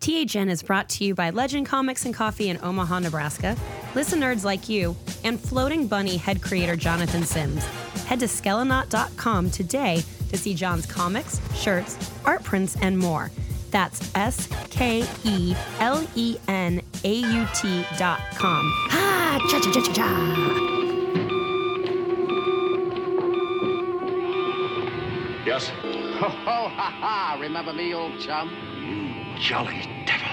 THN is brought to you by Legend Comics and Coffee in Omaha, Nebraska, listen nerds like you, and Floating Bunny head creator Jonathan Sims. Head to skelenaut.com today to see John's comics, shirts, art prints, and more. That's S K E L E N A U T dot com. Ah, cha cha cha cha cha. Yes? Ho, ho, Oh, ha, ha. Remember me, old chum? Jolly devil.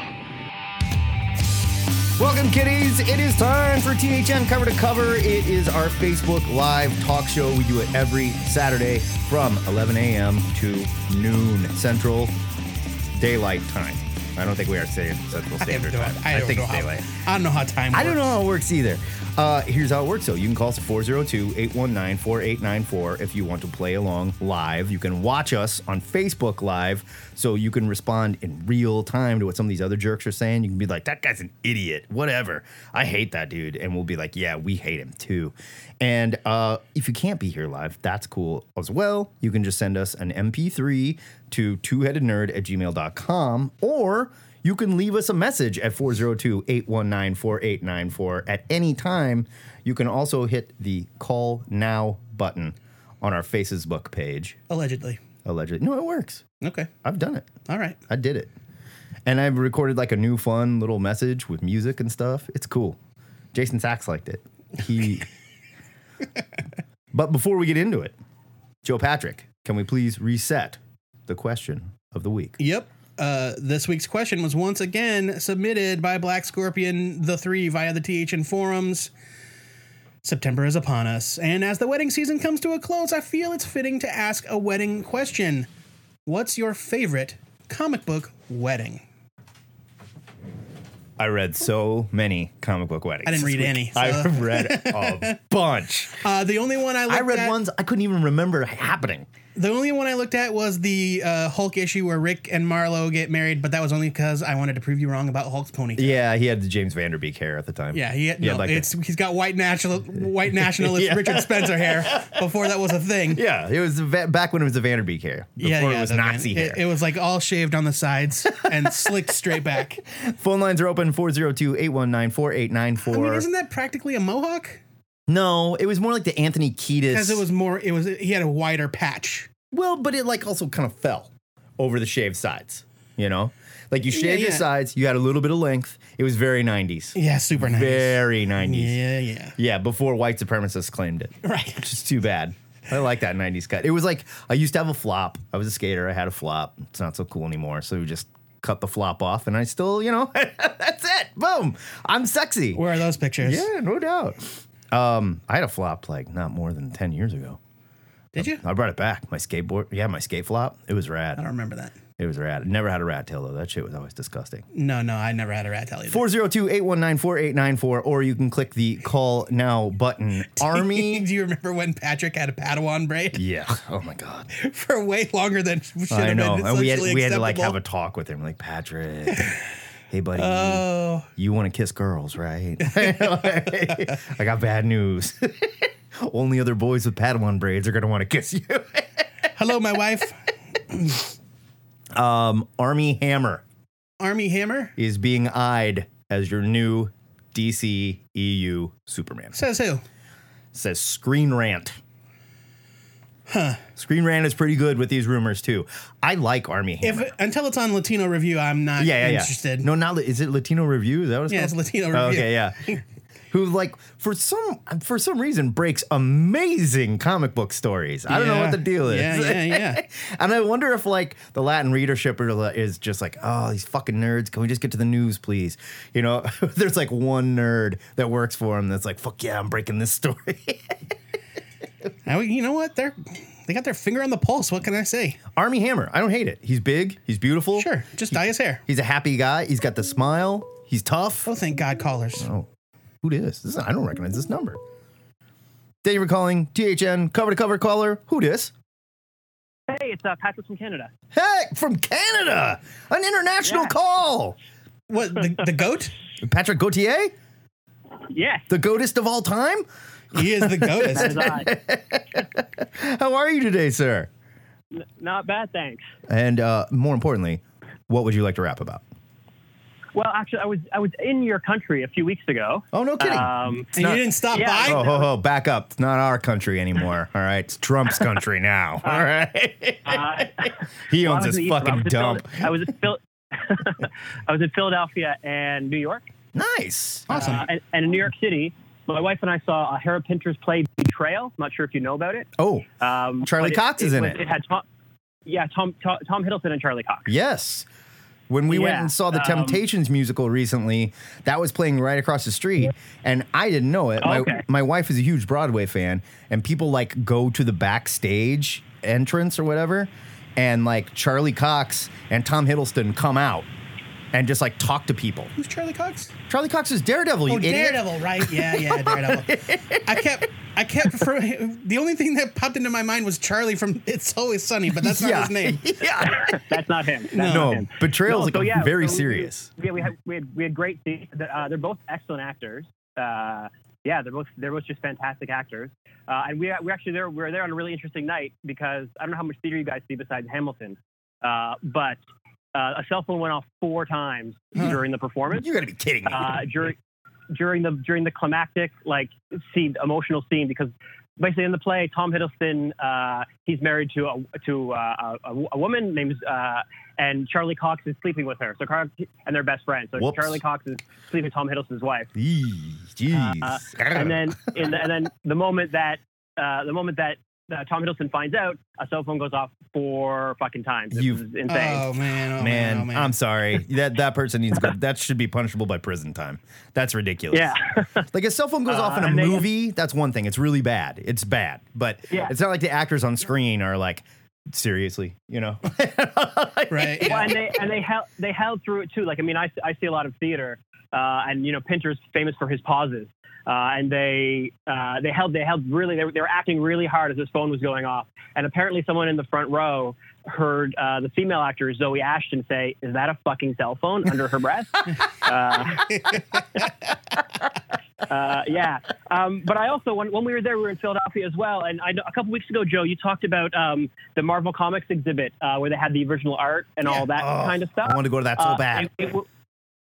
Welcome, kiddies. It is time for THN Cover to Cover. It is our Facebook Live talk show. We do it every Saturday from 11 a.m. to noon Central Daylight Time. I don't think we are saying Central I, have Standard no, Time. I, don't think know it's daylight. how, I don't know how time works. I don't know how it works either. Uh, here's how it works, though. You can call us at 402 819 4894 if you want to play along live. You can watch us on Facebook Live so you can respond in real time to what some of these other jerks are saying. You can be like, that guy's an idiot, whatever. I hate that dude. And we'll be like, yeah, we hate him too. And uh, if you can't be here live, that's cool as well. You can just send us an MP3 to twoheadednerd at gmail.com or you can leave us a message at 402 819 4894 at any time. You can also hit the call now button on our Facebook page. Allegedly. Allegedly. No, it works. Okay. I've done it. All right. I did it. And I've recorded like a new fun little message with music and stuff. It's cool. Jason Sachs liked it. He. but before we get into it, Joe Patrick, can we please reset the question of the week? Yep. Uh, this week's question was once again submitted by Black Scorpion the Three via the THN forums. September is upon us, and as the wedding season comes to a close, I feel it's fitting to ask a wedding question. What's your favorite comic book wedding? I read so many comic book weddings. I didn't this read week. any, I so- read a bunch. Uh, the only one I looked I read at, ones I couldn't even remember happening. The only one I looked at was the uh, Hulk issue where Rick and Marlo get married, but that was only because I wanted to prove you wrong about Hulk's ponytail. Yeah, he had the James Vanderbeek hair at the time. Yeah, he, no, like the- it's he's got white national white nationalist Yeah. Richard Spencer hair before that was a thing. yeah, it was the va- back when it was the Vanderbeek hair. Before it was the van- Nazi hair. It, it was like all shaved on the sides and slicked straight back. Phone lines are open 402-819-4894. I mean, isn't that practically a mohawk? no, it was more like the Anthony Kiedis. Because it was more, it was he had a wider patch. well, but it like also kind of fell over the shaved sides, you know? Like you shaved your yeah. sides, you had a little bit of length. It was very 90s. Yeah, super nice. Very 90s. yeah, yeah, Yeah, before white supremacists claimed it. right. Which is too bad. I like that 90s cut. It was like I used to have a flop. I was a skater. I had a flop. It's not so cool anymore. So we just cut the flop off and I still, you know, that's it. Boom. I'm sexy. Where are those pictures? yeah, no doubt. Um, I had a flop like not more than 10 years ago. Did you? I I brought it back. My skateboard. Yeah, my skate flop. It was rad. don't remember that. It was rad. Never had a rat tail though. That shit was always disgusting. No, no, I never had a rat tail either. 402-819-4894 or you can click the call now button. Army. Do you remember when Patrick had a Padawan braid yeah. Oh my god. for way longer than should I have know. been? And we had socially we had to like have acceptable? a talk with him, like Patrick. hey, buddy, Oh, you want to kiss girls, right? I got bad news. Only other boys with Padawan braids are gonna want to kiss you. hello, my wife. Um, Army Hammer Army Hammer is being eyed as your new DC EU Superman. says who? says Screen Rant. Huh. Screen Rant is pretty good with these rumors too. I like Army If Hammer. until it's on Latino review, I'm not yeah, yeah, yeah. interested. No, not is it Latino Review? Is that what it's Yeah, called? it's Latino Oh, Review. okay, yeah. Who like for some for some reason breaks amazing comic book stories. I don't know Yeah. what the deal is. Yeah, yeah, yeah. and I wonder if like the Latin readership are li- is just like, oh, these fucking nerds. Can we just get to the news, please? You know, there's like one nerd that works for him that's like, fuck yeah, I'm breaking this story. Now, you know what? They're they got their finger on the pulse. What can I say? Army Hammer. I don't hate it. He's big. He's beautiful. Sure, just dye his hair. He's a happy guy. He's got the smile. He's tough. Oh, Oh, thank God, callers. Who dis? This is, I don't recognize this number. Thank you for calling THN cover to cover caller. Who dis? Hey, it's uh, Patrick from Canada. Heck, from Canada, an international Yeah. call. What the, the goat? Patrick Gauthier, Yes, Oh the goatist of all time. He is the that is goatist. I. How are you today, sir? Not bad, thanks. And uh, more importantly, what would you like to rap about? Well, actually, I was I was in your country a few weeks ago. Oh, no kidding. Um, and not- you didn't stop Yeah. by. Ho, ho, ho, back up. It's not our country anymore. All right. It's Trump's country now. Oh, All right. uh, He well, I owns was his in the East, but I fucking was in Phil- dump. I was in Phil- I was in Philadelphia and New York, Nice. Awesome. uh, and, and in New York City. My wife and I saw uh, Harold Pinter's play Betrayal. I'm not sure if you know about it. Oh, Um, Charlie but Cox is in was- it. It had Tom, yeah, Tom, Tom Tom Hiddleston and Charlie Cox. yes. When we went Yeah, and saw the um, Temptations musical recently, that was playing right across the street, and I didn't know it. My, Okay. my wife is a huge Broadway fan, and people like go to the backstage entrance or whatever, and like Charlie Cox and Tom Hiddleston come out and just like talk to people. Who's Charlie Cox? Charlie Cox is Daredevil, you Oh, idiot. Daredevil, right? Yeah, yeah, Daredevil. I kept, I kept. For, the only thing that popped into my mind was Charlie from It's Always Sunny, but that's not yeah. his name. Oh, yeah. That's not him. That's not No, him. betrayal is like so a yeah, very so we- serious. yeah, we had we had we had great scenes. Uh, they're both excellent actors. Uh, yeah, they're both they're both just fantastic actors. Uh, and we we actually there we were there on a really interesting night because I don't know how much theater you guys see besides Hamilton, uh, but uh, a cell phone went off four times Huh. during the performance. You gotta be kidding me. Uh, during during the during the climactic like scene emotional scene because basically in the play Tom Hiddleston uh, he's married to a to uh, a, a- a woman named uh, and Charlie Cox is sleeping with her so Car- and they're best friends so Whoops. Charlie Cox is sleeping with Tom Hiddleston's wife Eee, Jeez. uh, and then in the, and then the moment that uh, the moment that uh, Tom Hiddleston finds out a cell phone goes off four fucking times it You- was insane Oh man, oh man, man, oh, man. I'm sorry. That that person needs to go. That should be punishable by prison time. That's ridiculous. yeah Like a cell phone goes off in Uh, a and they- movie, that's one thing. It's really bad. It's bad. But Yeah. it's not like the actors on screen are like, seriously, you know? right. well, and they and they held they held through it too. Like I mean, I, I see a lot of theater, uh, and you know, Pinter's famous for his pauses, uh, and they uh, they held they held really they were, they were acting really hard as his phone was going off, and apparently someone in the front row heard uh, the female actor Zoe Ashton say, "Is that a fucking cell phone?" under her breath. uh, uh, yeah, um, but I also when, when we were there, we were in Philadelphia as well, and I know, a couple weeks ago, Joe, you talked about um, the Marvel Comics exhibit uh, where they had the original art and all that Oh, kind of stuff. I want to go to that so Uh, bad. it- it w-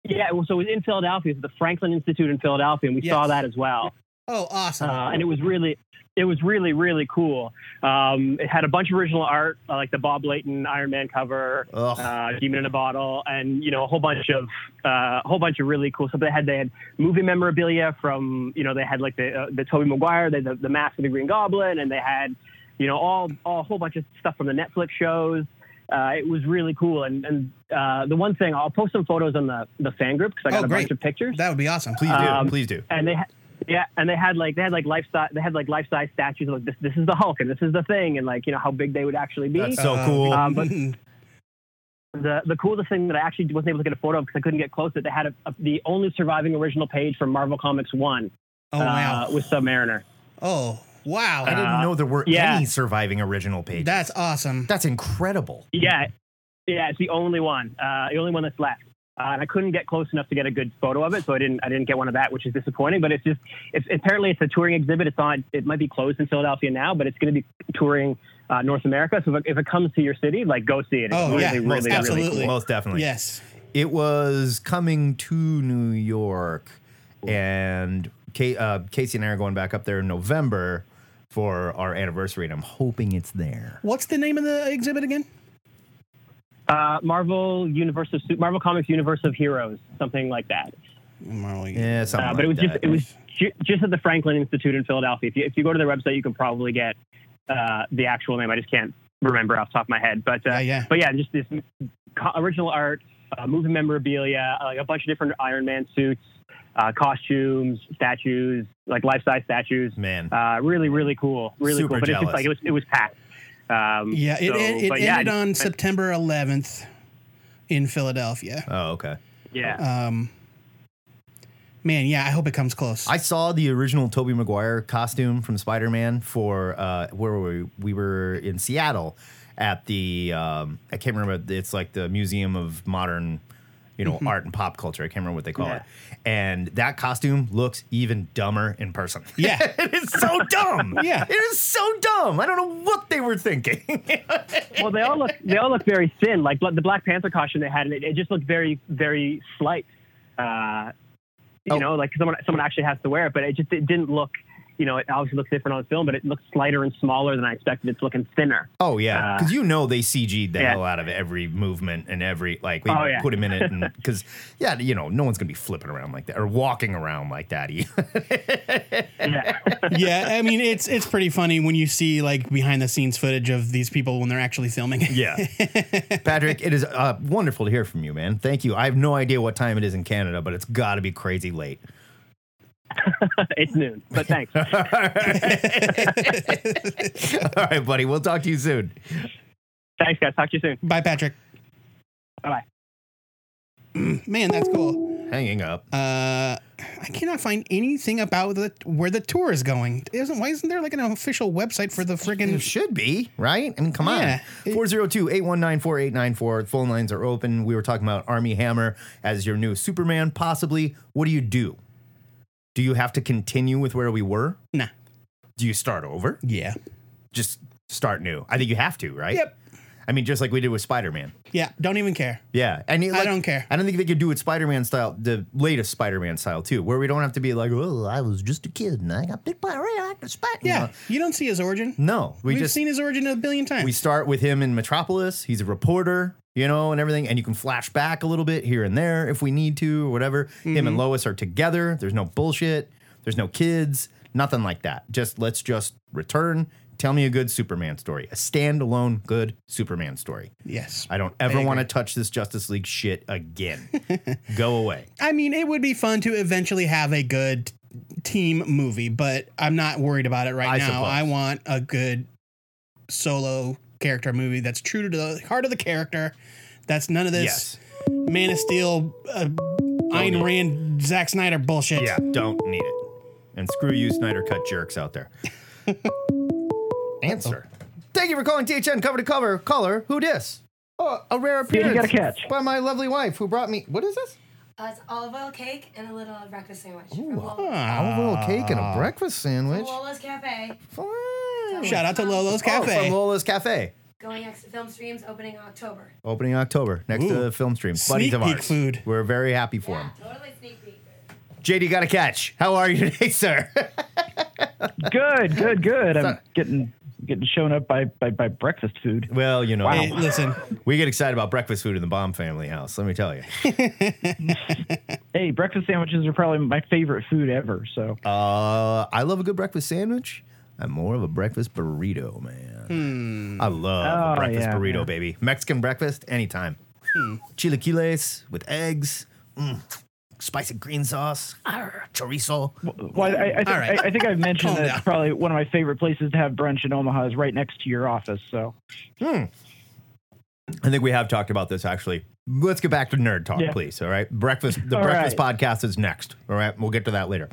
yeah, well, so it was in Philadelphia, it was the Franklin Institute in Philadelphia, and we Yes. saw that as well. oh, awesome. Uh, and it was really, it was really, really cool. Um, it had a bunch of original art, uh, like the Bob Layton Iron Man cover, Ugh. uh, Demon in a Bottle, and you know a whole bunch of uh, a whole bunch of really cool stuff. They had they had movie memorabilia from you know they had like the uh, the Tobey Maguire, they had the the Mask of the Green Goblin, and they had you know all, all a whole bunch of stuff from the Netflix shows. Uh, it was really cool, and and uh, the one thing I'll post some photos on the the fan group because I Oh, got a great. bunch of pictures that would be awesome. please do. um, please do. and they ha- yeah, and they had like they had like life size they had like life size statues of, like this this is the Hulk and this is the thing and like you know how big they would actually be. That's so Uh, cool. um, but the the coolest thing that I actually wasn't able to get a photo of because I couldn't get close to it, they had a, a, the only surviving original page from Marvel Comics One oh uh, wow. with Submariner. Oh wow. I didn't uh, know there were yeah. any surviving original pages. that's awesome. that's incredible. Yeah, yeah, it's the only one, uh, the only one that's left. Uh, and I couldn't get close enough to get a good photo of it, so I didn't. I didn't get one of that, which is disappointing. But it's just, it's apparently it's a touring exhibit. It's on. It might be closed in Philadelphia now, but it's going to be touring uh, North America. So if it, if it comes to your city, like go see it. It's Oh, really, yeah, really, most really definitely. cool. Absolutely. Most definitely. Yes. It was coming to New York, and Kate, uh, Casey and I are going back up there in November for our anniversary, and I'm hoping it's there. What's the name of the exhibit again? Uh, Marvel Universe of Su- Marvel Comics Universe of Heroes, something like that. Marley. Yeah, something Uh, like but it was just that. it was ju- just at the Franklin Institute in Philadelphia. If you, if you go to their website, you can probably get uh, the actual name. I just can't remember off the top of my head. But uh, Yeah, yeah. but yeah, just this co- original art, uh, movie memorabilia, uh, like a bunch of different Iron Man suits, uh, costumes, statues, like life size statues. man. Uh, really, really cool. Really Super cool. But it's jealous. just like it was it was packed. Um, Yeah, it, so- it, it but ended yeah, I on just- September 11th in Philadelphia. Oh, okay. yeah. Um, man, yeah, I hope it comes close. I saw the original Toby Maguire costume from Spider Man for uh, where were we? We were in Seattle at the um, I can't remember. It's like the Museum of Modern, you know, Mm-hmm. art and pop culture. I can't remember what they call it. And that costume looks even dumber in person. Yeah. it is so dumb. Yeah. it is so dumb. I don't know what they were thinking. well, they all look they all look very thin. Like bl- the Black Panther costume they had, it, it just looked very very slight. uh, you Oh. know, like someone someone actually has to wear it. But it just it didn't look, you know, it obviously looks different on film, but it looks slighter and smaller than I expected. It's looking thinner. Oh yeah, Uh, because you know they CG'd the yeah. hell out of every movement and every like they Oh, yeah. put him in it and because yeah, you know no one's gonna be flipping around like that or walking around like that. Yeah. yeah, I mean it's it's pretty funny when you see like behind the scenes footage of these people when they're actually filming. yeah, Patrick, it is uh, wonderful to hear from you, man. Thank you. I have no idea what time it is in Canada, but it's got to be crazy late. it's noon, but thanks. All right, buddy. We'll talk to you soon. thanks, guys. Talk to you soon. Bye, Patrick. Bye bye. Mm, Man, that's cool. Hanging up. Uh, I cannot find anything about the where the tour is going. Isn't why isn't there like an official website for the It friggin' should be, right? I mean, come Yeah. on. 402 819 4894. Phone lines are open. We were talking about Army Hammer as your new Superman, possibly. What do you do? Do you have to continue with where we were? nah? Do you start over? Yeah, Just start new. I think you have to, right? Yep. I mean, just like we did with Spider Man. yeah. Don't even care. Yeah, and he, I like, don't care. I don't think they could do it Spider-Man style, the latest Spider-Man style too, where we don't have to be like, "Oh, I was just a kid and I got bit by a radioactive spider." Yeah, you don't see his origin. no, we We've just seen his origin a billion times. we start with him in Metropolis. He's a reporter, you know, and everything, and you can flash back a little bit here and there if we need to or whatever. Him and Lois are together. There's no bullshit. There's no kids. Nothing like that. Just let's just return. Tell me a good Superman story, a standalone good Superman story. yes, I don't ever want to touch this Justice League shit again. Go away. I mean it would be fun to eventually have a good team movie, but I'm not worried about it right I now. suppose. I want a good solo character movie that's true to the heart of the character. That's none of this Yes. Oh, Man of Steel, uh, Ayn Rand, Zack Snyder bullshit. Yeah, don't need it. And screw you, Snyder Cut jerks out there. Answer. Thank you for calling THN cover to cover. Caller, who dis? Oh, a rare appearance. gotta catch. By my lovely wife who brought me. What is this? Uh, it's olive oil cake and a little breakfast sandwich. from Lola's. Olive oil cake and a breakfast sandwich. Lola's Cafe. Fine. Shout out to Lolo's Oh, Cafe. from Lola's Cafe. Going next to film streams opening October. Opening October next Ooh. to Film Stream. Buddies Sneak of peek ours. food. We're very happy for him. Totally sneak peek. JD got a catch. How are you today, sir? Good, good, good. I'm getting getting shown up by by, by breakfast food. well, you know, Hey, listen, we get excited about breakfast food in the Bomb family house. Let me tell you. Hey, breakfast sandwiches are probably my favorite food ever. So Uh, I love a good breakfast sandwich. I'm more of a breakfast burrito, man. Hmm. I love a Oh, breakfast yeah, burrito, yeah. baby. Mexican breakfast anytime. Hmm. Chilaquiles with eggs, mm. spicy green sauce, Arr, chorizo. well, I, I, think, All right. I, I think I've mentioned Calm that down. it's probably one of my favorite places to have brunch in Omaha is right next to your office. So Hmm. I think we have talked about this actually. Let's get back to nerd talk, Yeah. please. All right, breakfast. The All breakfast podcast is next. All right, we'll get to that later.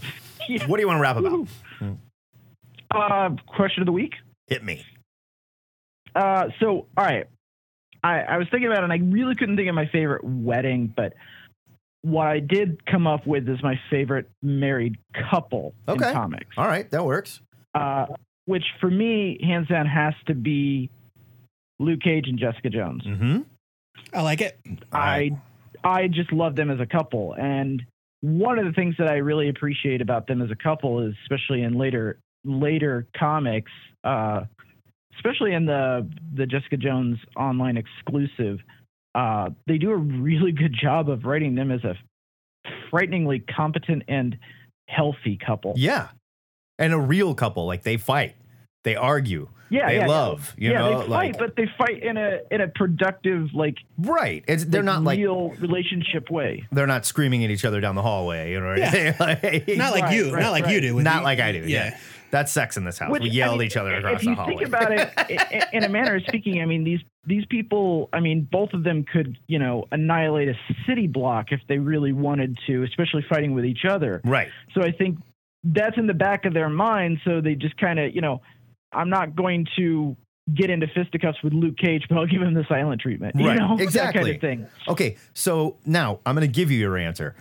What do you want to rap about? Mm. uh, question of the week. Hit me. Uh, so all right, I, I was thinking about it, and I really couldn't think of my favorite wedding, but what I did come up with is my favorite married couple Okay. in comics. All right, that works. uh, which for me, hands down, has to be Luke Cage and Jessica Jones. Mm-hmm. I like it. I I just love them as a couple, and one of the things that I really appreciate about them as a couple is, especially in later later comics, uh, especially in the the Jessica Jones online exclusive, uh, they do a really good job of writing them as a frighteningly competent and healthy couple. Yeah. And a real couple, like they fight, they argue, Yeah, they yeah, yeah. love, you yeah, know, like they fight, but they fight in a in a productive, like right. It's, they're not like real relationship way. they're not screaming at each other down the hallway, you know. Or Yeah. anything. like, Not like Right, you, right, not like you right. do. with not you. like I do. Yeah. Yeah. that's sex in this house. Which, we I yell mean, at each other if- across if you the hallway. think about it, i- in a manner of speaking, I mean these these people. I mean, both of them could you know annihilate a city block if they really wanted to, especially fighting with each other. right. So I think that's in the back of their mind. So they just kind of you know, I'm not going to get into fisticuffs with Luke Cage, but I'll give him the silent treatment. You Right. know, that Exactly. kind of thing. Okay, so now I'm going to give you your answer.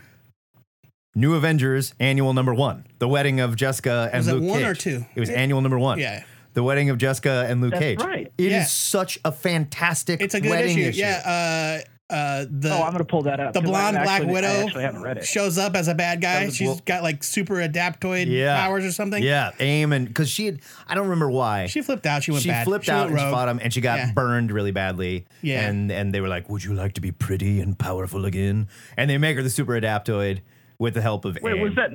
New Avengers annual number one, the wedding of Jessica and Was it Luke one Cage. or two? It was annual number one. Yeah. the wedding of Jessica and Luke That's Cage. right. It is Yeah. such a fantastic. It's a good wedding issue. Yeah. Uh, Uh, the oh, I'm gonna pull that up. the 'cause I blonde Black actually- I actually haven't Widow read it. shows up as a bad guy. That was- She's well- got like super adaptoid Yeah. powers or something. Yeah, aim and because she had, I don't remember why. She flipped out. She went she bad. flipped she out went and she rogue. fought him, and she got Yeah. burned really badly. Yeah. and and they were like, "Would you like to be pretty and powerful again?" And they make her the super adaptoid with the help of. Wait, AIM. was that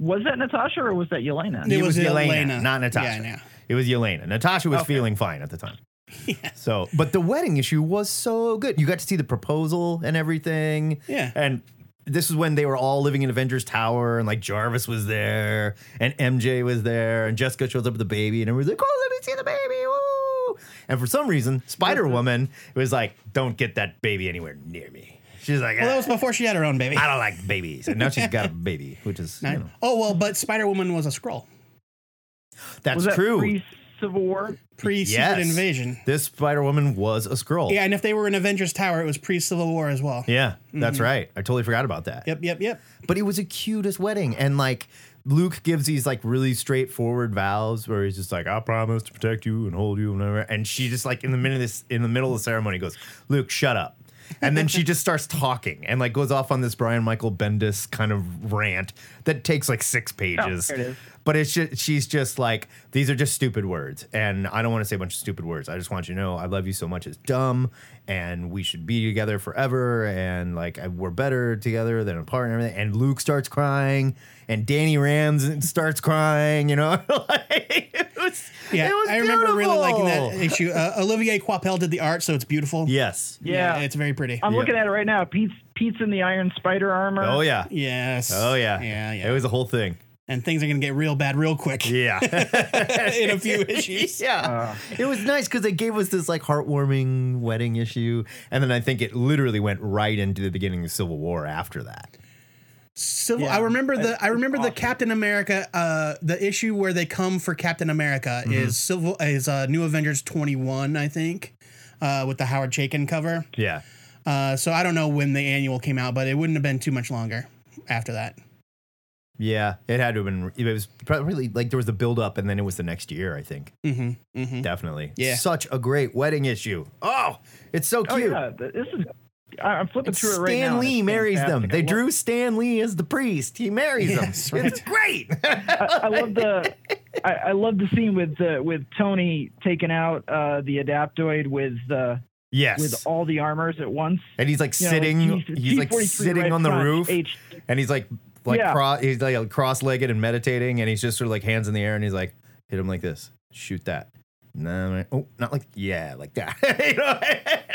was that Natasha or was that Yelena? It It was was Yelena, Yelena. not Natasha. Yeah, yeah. It was Yelena. Natasha was feeling fine at the time. So, but the wedding issue was so good. You got to see the proposal and everything. Yeah. And this is when they were all living in Avengers Tower, and like Jarvis was there, and MJ was there, and Jessica shows up with the baby, and everyone's like, "Oh, let me see the baby!" Woo! And for some reason, Spider Woman was like, "Don't get that baby anywhere near me." She's like, Well, that "Ah, was before she had her own baby. "I don't like babies," and now she's got a baby, which is you know, Oh well, but Spider Woman was a scroll that's was that true. pre Civil War? pre Yes. Secret Invasion. This Spider Woman was a scroll. Yeah, and if they were in Avengers Tower, it was pre Civil War as well. Yeah, that's right. I totally forgot about that. Mm-hmm. Yep, yep, yep. But it was a cutest wedding. And like Luke gives these like really straightforward vows where he's just like, I promise to protect you and hold you and whatever. And she just like in the minute of this in the middle of the ceremony goes, Luke, shut up. And then she just starts talking and like goes off on this Brian Michael Bendis kind of rant that takes like six pages. Oh, there it is. But it's just she's just like, these are just stupid words. And I don't want to say a bunch of stupid words. I just want you to know I love you so much. It's dumb. And we should be together forever. And like I- we're better together than apart and everything. And Luke starts crying. And Danny Rams starts crying, you know? Like, it was, Yeah, it was I remember really liking that beautiful. issue. Uh, Olivier Coipel did the art, so it's beautiful. Yes. Yeah, it's very pretty. I'm Yeah. looking at it right now. Pete's Pete's in the Iron Spider armor. Oh, yeah. yes. Oh, yeah. Yeah, yeah. It was a whole thing. and things are gonna get real bad real quick Yeah. in a few issues. Yeah. it was nice because they gave us this like heartwarming wedding issue. And then I think it literally went right into the beginning of the Civil War after that. Civil. I remember the. I remember the Captain America. Uh, the issue where they come for Captain America is Civil is uh, New Avengers twenty one, I think, uh, with the Howard Chaykin cover. Yeah. Uh, so I don't know when the annual came out, but it wouldn't have been too much longer after that. Yeah. It had to have been, it was probably like there was the buildup and then it was the next year, I think. Mm-hmm. Mm-hmm. Definitely. Yeah. Such a great wedding issue. Oh, it's so Oh, cute. yeah. th- This is. I- I'm flipping And through Stan it right now. and Lee it's marries them. fantastic. I They love- drew Stan Lee as the priest. He marries Yes, them. right. It's great. I love the. I, I love the scene with uh, with Tony taking out uh, the adaptoid with uh, yes. with all the armors at once. and he's like You know, sitting. T- he's like T43 sitting right on the front, roof. H- and he's like like Yeah. cro- he's like cross-legged and meditating and he's just sort of like hands in the air and he's like hit him like this shoot that no no, oh not like yeah like that you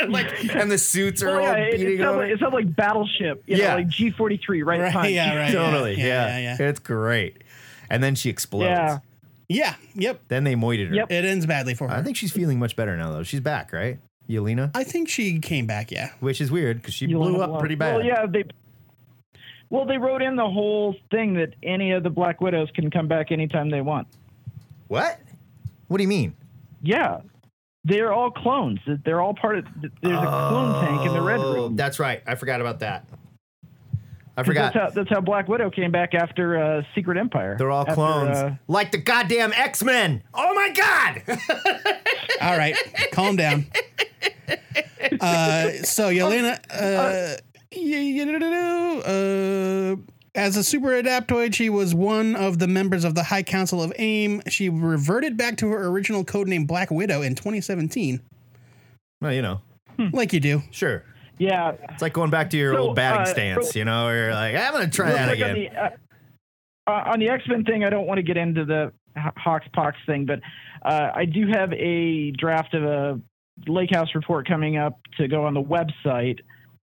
know like and the suits are Oh, yeah, all it, it beating sounds on like, it. it sounds like Battleship. You Yeah. know, like G43 right, Right, front. yeah, right. totally yeah yeah, yeah, yeah, it's great and then she explodes Yeah. Yeah. Yep. then they moited her Yep. It ends badly for her. i think she's feeling much better now though she's back right yelena I think she came back. Yeah. which is weird because she You blew wanna up blow- pretty bad Well, yeah, they. Well, they wrote in the whole thing that any of the Black Widows can come back anytime they want. what what do you mean Yeah, they're all clones. They're all part of. There's a clone tank in the Red oh Room. that's right i forgot about that i 'Cause forgot That's how, that's how Black Widow came back after uh, Secret Empire. They're all After, clones. uh, like the goddamn X Men. Oh my God. All right, calm down. Uh, so Yelena, uh, y- y- uh, as a super adaptoid, she was one of the members of the High Council of AIM. She reverted back to her original codename Black Widow in 2017, well, you know, like you do. sure. yeah, It's like going back to your So, old batting uh, stance, you know, where you're like, I'm going to try Real that quick on again. the, uh, uh, on the X Men thing, I don't want to get into the H- Hawks Pox thing, but uh, I do have a draft of a Lake House report coming up to go on the website.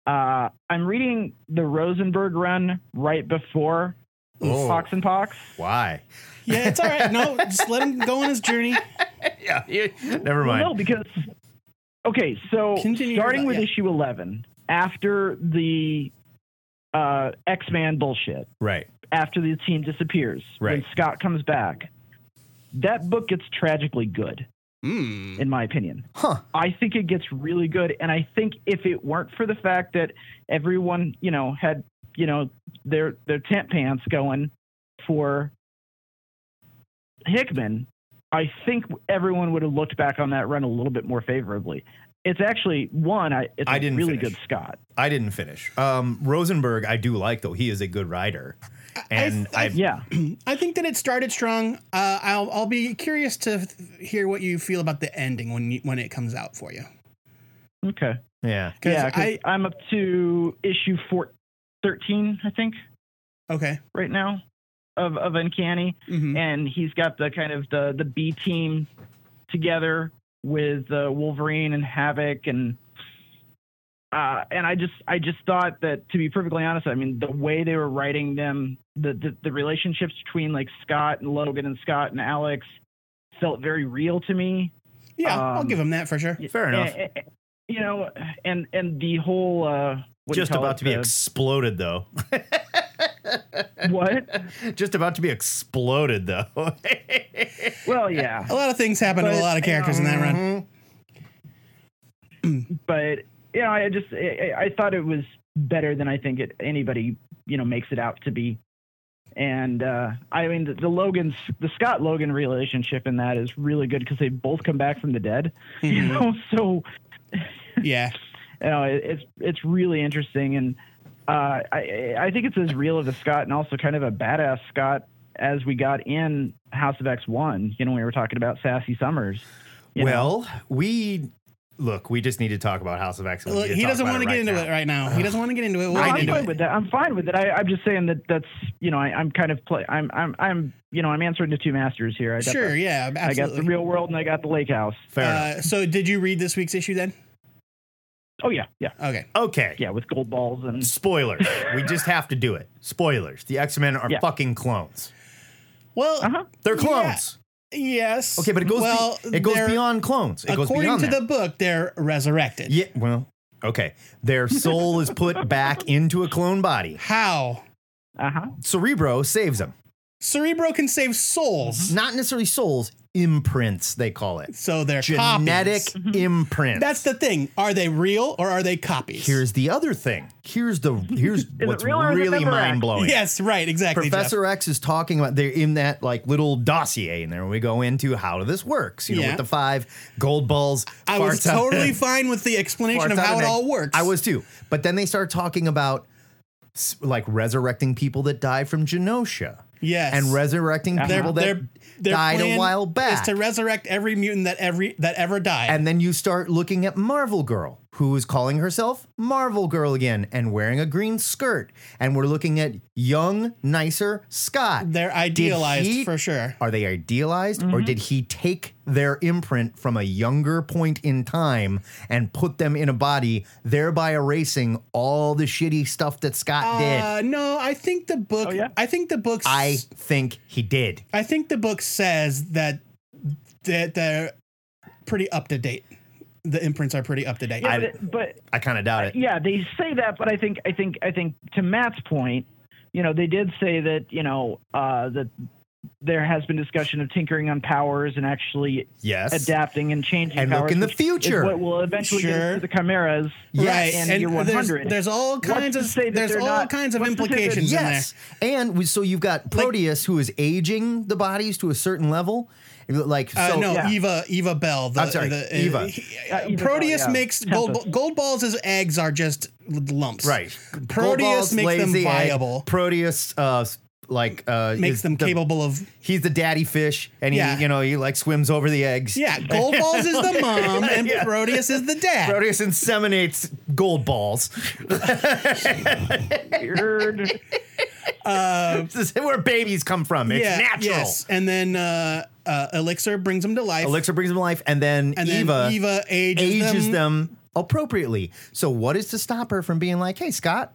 Uh, I'm reading the Rosenberg run right before Oh. Hawks and Pox. Why? Yeah, it's all right. No, just let him go on his journey. Yeah. Never Well, mind. no, because okay, so Continue your starting thought, with yeah. issue 11, after the uh, X Man bullshit. Right. after the team disappears, Right. when Scott comes back, that book gets tragically good, in my opinion. Huh. I think it gets really good, and I think if it weren't for the fact that everyone, you know, had you know their their tent pants going for Hickman, I think everyone would have looked back on that run a little bit more favorably. it's actually one. I it's I a didn't really finish. good Scott. I didn't finish. Um, Rosenberg, I do like though. He is a good rider, and I- I, Yeah, I think that it started strong. Uh, I'll I'll be curious to f- hear what you feel about the ending when you, when it comes out for you. okay. yeah. 'Cause yeah, 'cause I- I'm up to issue four, 13, I think, Okay. right now, of of Uncanny, Mhm. and he's got the kind of the the B team together with uh, Wolverine and Havoc and. Uh, and I just, I just thought that, to be perfectly honest, I mean, the way they were writing them, the, the the relationships between like Scott and Logan and Scott and Alex, felt very real to me. Yeah, I'll um, give him that for sure. Fair enough. Eh, eh, eh, you know, and and the whole uh, what do you Just call about it? to be The- exploded though. what? Just about to be exploded though. Well, yeah, A lot of things happen to a But- mm, lot of characters in that run. Mhm. but you know, I just I, I- I thought it was better than I think it, anybody you know makes it out to be. And uh, I mean, the, the Logan's the Scott Logan relationship in that is really good because they both come back from the dead. You know, so Yeah. you know, it, it's it's really interesting, and uh, I I think it's as real of a Scott and also kind of a badass Scott as we got in House of X One. You know, we were talking about Sassy Summers. you know. Well, we look. We just need to talk about House of X. We Look, need he talk doesn't about want to get into it right now. He doesn't want to get into it. We'll No, get I'm into fine it. with that. I'm fine with it. I, I'm just saying that that's you know I, I'm kind of play. I'm I'm I'm you know I'm answering to two masters here. I got Sure. The, Yeah. I got Absolutely. the real world and I got the lake house. Fair enough. uh, so, did you read this week's issue then? Oh yeah, yeah, Okay. Okay. yeah, with gold balls and Spoilers. we just have to do it. Spoilers. The X Men are Yeah. fucking clones. Well, uh huh. They're Yeah. clones. yes. Okay, but it goes. well. be- it goes they're- beyond clones. It goes According beyond to that. the book, they're resurrected. Yeah. Well. Okay. Their soul is put back into a clone body. How? Uh huh. Cerebro saves them. Mm-hmm. Cerebro can save souls, Not necessarily souls. Imprints. They call it so they're genetic copies. imprints. That's the thing. Are they real or are they copies? Here's the other thing. Here's the here's it what's real or is it really never mind blowing. yes, right, exactly. Jeff. Professor X is talking about they're in that like little dossier in there. We go into how this works, you know, Yeah. with the five gold balls. I was farts out- totally fine with the explanation farts of out how an it egg. all works. I was too, but then they start talking about s- like resurrecting people that died from Genosha yes, and resurrecting Uh-huh. people that died a plan while back. Is to resurrect every mutant that every that ever died. and then you start looking at Marvel Girl, who is calling herself Marvel Girl again and wearing a green skirt. And we're looking at young, nicer Scott. they're idealized for sure. Are they idealized or did he take their imprint from a younger point in time and put them in a body, thereby erasing all the shitty stuff that Scott did? Uh, no, I think the book. Oh, yeah? I think the book. I think he did. I think the book says that that they're pretty up to date. The imprints are pretty up to date. Yeah, I- but- but I kind of doubt it. yeah, they say that, but I think I think I think to Matt's point, you know, they did say that you know uh, that there has been discussion of tinkering on powers and actually Yes. adapting and changing And powers, look in the which is future. what will eventually get Sure. us to the chimeras. Yes. in year there's- 100. There's, all kinds to of say that there's they're all not- kinds of what's to say that- implications in there. Yes. And we, so you've got Proteus who is aging the bodies to a certain level. Like Uh, so no, yeah. Eva Eva Bell. The, I'm sorry, the, Eva. he- Uh, Eva Bell, Proteus yeah. makes gold, Tempest. gold balls as eggs are just lumps. Right. Gold Proteus balls makes lays them the egg. viable. Proteus uh like uh makes is them the- capable of He's the daddy fish and Yeah. he you know he like swims over the eggs. yeah. Gold balls is the mom and Proteus is the dad. Proteus inseminates gold balls. Weird. this is where babies come from. It's yeah, natural. Yes, and then uh, uh, Elixir brings them to life. Elixir brings them to life, and then and then Eva, Eva, ages, ages them. them appropriately. So what is to stop her from being like, "Hey, Scott,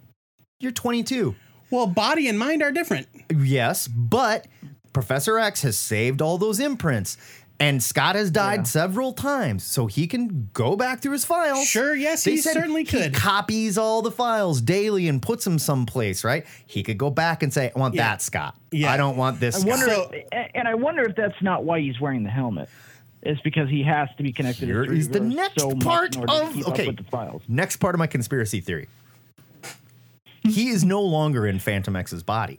you're 22." Well, body and mind are different. Yes, but Professor X has saved all those imprints. And Scott has died several times, so he can go back through his files. Sure, yes, They he said certainly he could. copies all the files daily and puts them someplace, right? He could go back and say, "I want Yeah. that Scott. Yeah. I don't want this." I Scott." wonder, So- if, and I wonder if that's not why he's wearing the helmet. It's because he has to be connected. Here to is the Cerebro next so much part in order to of- keep up okay. with the files. Next part of my conspiracy theory. he is no longer in Phantom X's body.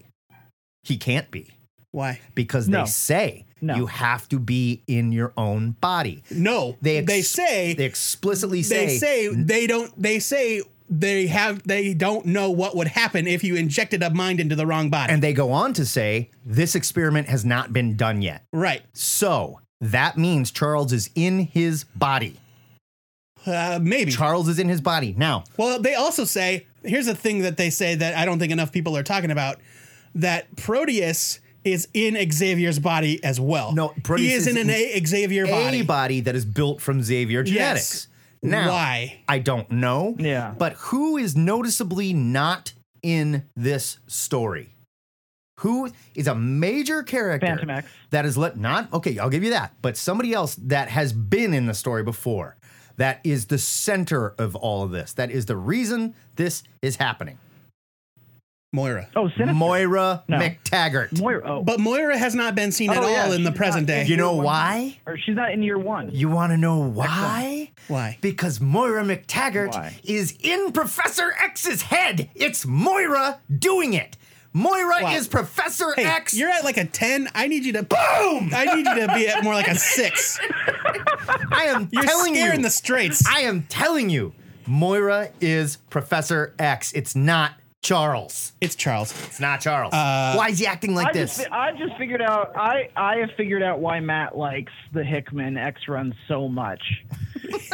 He can't be Why? because No. they say No. You have to be in your own body. No, They ex- they say they they, explicitly say, say, they don't. They say they have they don't know what would happen if you injected a mind into the wrong body. and they go on to say this experiment has not been done yet. right. So that means Charles is in his body. Uh, maybe. Charles is in his body. Now, Well, they also say here's a thing that they say that I don't think enough people are talking about that Proteus is in Xavier's body as well. No, Proteus he is, is in an a- Xavier body. a body that is built from Xavier genetics. Now, Why? I don't know. Yeah. But who is noticeably not in this story? Who is a major character Phantom X. that is let not okay? I'll give you that, but somebody else that has been in the story before, that is the center of all of this. That is the reason this is happening. Moira. Oh, Sinister. Moira No. McTaggart. Moira. Oh. But Moira has not been seen at Oh, yeah, all in the she's present not- day. You know Year one. why? Or she's not in year one. You want to know why? Why? Because Moira McTaggart Why? is in Professor X's head. It's Moira doing it. Moira Wow. is Professor Hey, X. you're at like a ten. I need you to boom. I need you to be at more like a six. I am You're telling you. scaring the straits. I am telling you. Moira is Professor X. It's not Charles. it's Charles. Uh, It's not Charles. uh, why is he acting like I this? just, fi- I just figured out. I, I have figured out why Matt likes the Hickman X Run so much.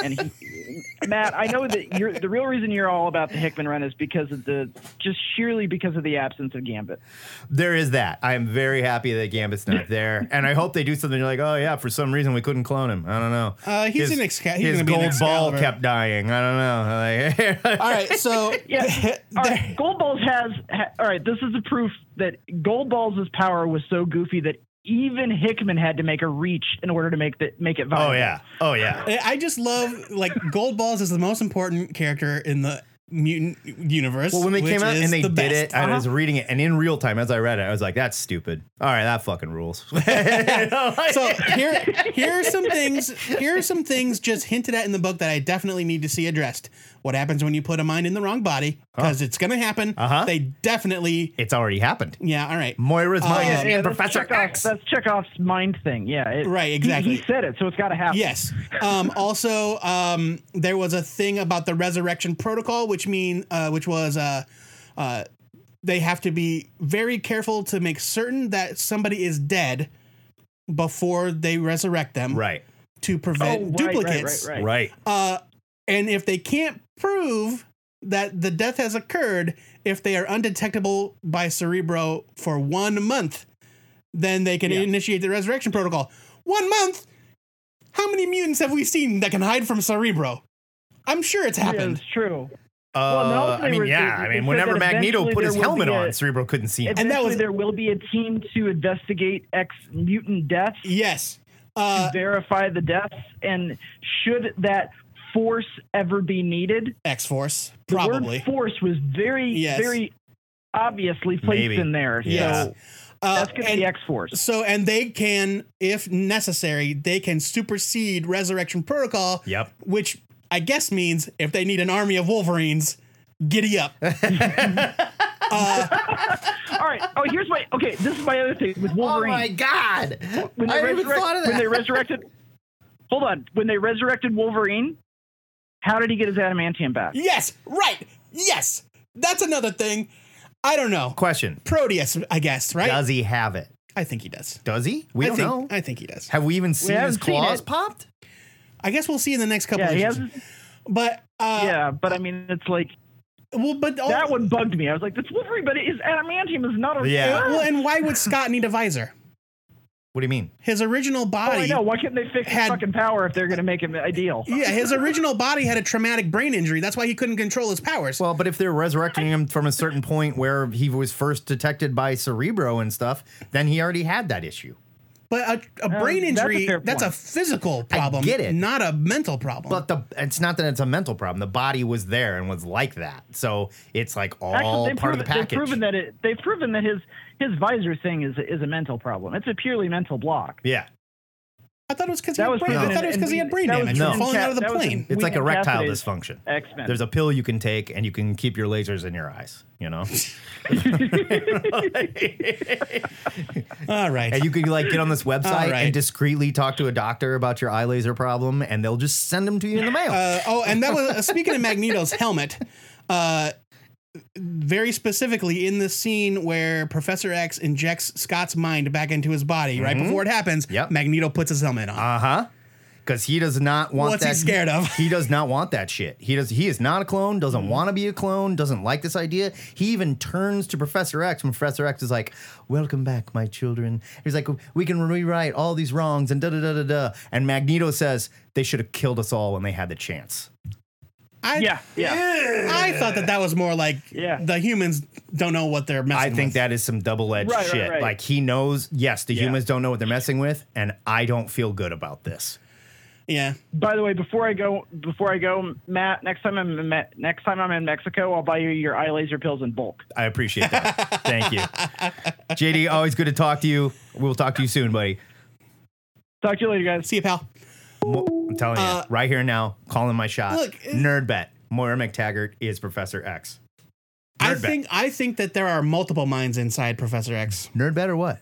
and he, Matt, I know that you're the real reason you're all about the Hickman Run is because of the just sheerly because of the absence of Gambit. there is that. I am very happy that Gambit's not there, and I hope they do something like, oh yeah, for some reason we couldn't clone him. I don't know. Uh, he's an Exca- he's his gonna be an gold ball Excalibur. kept dying. I don't know. Like, All right, so Yeah. All right, there- Gold Balls has. Ha, all right, this is the proof that Gold Balls' power was so goofy that even Hickman had to make a reach in order to make the, make it viable. oh yeah. Oh yeah. I I just love like Gold Balls is the most important character in the mutant universe. Well, when they which came out is and they the did best. Uh-huh. it, I Uh-huh. was reading it, and in real time, as I read it, I was like, "That's stupid." All right, that fucking rules. So here, here are some things. Here are some things just hinted at in the book that I definitely need to see addressed. What happens when you put a mind in the wrong body? Because it's going to happen. Uh-huh. They definitely. it's already happened. Yeah. All right. Moira's Oh, mind yeah, is yeah, in Professor Chekhov- X. That's Chekhov's mind thing. Yeah. it- Right, he- exactly. He, said it, so it's got to happen. Yes. Um, also, um, there was a thing about the resurrection protocol, which mean uh, which was uh, uh, they have to be very careful to make certain that somebody is dead before they resurrect them Right. to prevent Oh, right, right, duplicates. right, Right. Uh, and if they can't prove that the death has occurred, if they are undetectable by Cerebro for one month, then they can Yeah. initiate the resurrection protocol. One month? How many mutants have we seen that can hide from Cerebro? I'm sure it's Yeah, happened. it's true. Uh, Well, no, I they mean, were- yeah. they- I they mean, said whenever that Magneto eventually put his there will helmet be on, a- Cerebro couldn't see him. Eventually, that was- there will be a team to investigate ex mutant deaths, Yes. Uh, verify the deaths, and should that force ever be needed, X Force, the word probably. force was very, Yes. very obviously placed Maybe. in there. Yeah. So Uh, that's going to and be X Force. so, and they can, if necessary, they can supersede Resurrection Protocol. Yep. which I guess means if they need an army of Wolverines, giddy up. Uh, All right. Oh, here's my. Okay, this is my other thing Oh with Wolverine. God! when they, resurrect- when they resurrected. Hold on. When they resurrected Wolverine, how did he get his adamantium back? yes, right. Yes, that's another thing. I don't know. Question: Proteus, I guess, right? Does he have it? I think he does. Does he? We I don't think, know. I think he does. Have we even seen his haven't seen claws it. popped? I guess we'll see in the next couple Yeah, of he years. has. But uh, yeah, but I mean, it's like well, but oh, that one bugged me. I was like, "That's Wolverine," but his adamantium is not a. Yeah. Well, and why would Scott need a visor? What do you mean? His original Oh, I body. know. Why couldn't they fix his Had- fucking power if they're going to make him ideal? yeah, his original body had a traumatic brain injury. That's why he couldn't control his powers. Well, but if they're resurrecting him from a certain point where he was first detected by Cerebro and stuff, then he already had that issue. but a, a brain Oh, that's a injury, fair that's a, point. physical problem. get it. Not a mental problem. But the it's not that it's a mental problem. The body was there and was like that, so it's like all Actually, they've part proven, of the package. they've proven that it. They've proven that his his visor thing is is a mental problem. It's a purely mental block. yeah, I thought it was because he, That had was brain- I from- thought it was 'cause he had and- brain and we- damage that from was falling from out of the Cap- that was plane. in- It's like had erectile caffeinated dysfunction. X-Men. There's a pill you can take, and you can keep your lasers in your eyes. You know, All right. and you could like get on this website All right. and discreetly talk to a doctor about your eye laser problem, and they'll just send them to you in the mail. Uh, oh, and that was uh, speaking of Magneto's helmet. Uh, very specifically in this scene where Professor X injects Scott's mind back into his body right before it happens, Mm-hmm. Yep. Magneto puts his helmet on. Uh huh. Because he does not want What's he that. scared of? He does not want that shit. He does. He is not a clone. Doesn't want to be a clone. Doesn't like this idea. He even turns to Professor X when Professor X is like, "Welcome back, my children." He's like, "We can rewrite all these wrongs and da da da da da." And Magneto says, "They should have killed us all when they had the chance." I, Yeah, yeah. I thought that that was more like Yeah. the humans don't know what they're I messing think with. that is some double edged Right, right, shit. right. Like he knows, yes, the Yeah. humans don't know what they're messing with, and I don't feel good about this. yeah. By the way, before I go, before I go, Matt, next time I'm in Me- next time I'm in Mexico, I'll buy you your eye laser pills in bulk. I appreciate that. Thank you, JD. Always good to talk to you. We'll talk to you soon, buddy. Talk to you later, guys. See you, pal. Mo- I'm telling you, Uh, right here now, calling my shot. look, it- nerd bet. Moira McTaggart is Professor X. Nerd I bet. think I think that there are multiple minds inside Professor X. Nerd bet or what?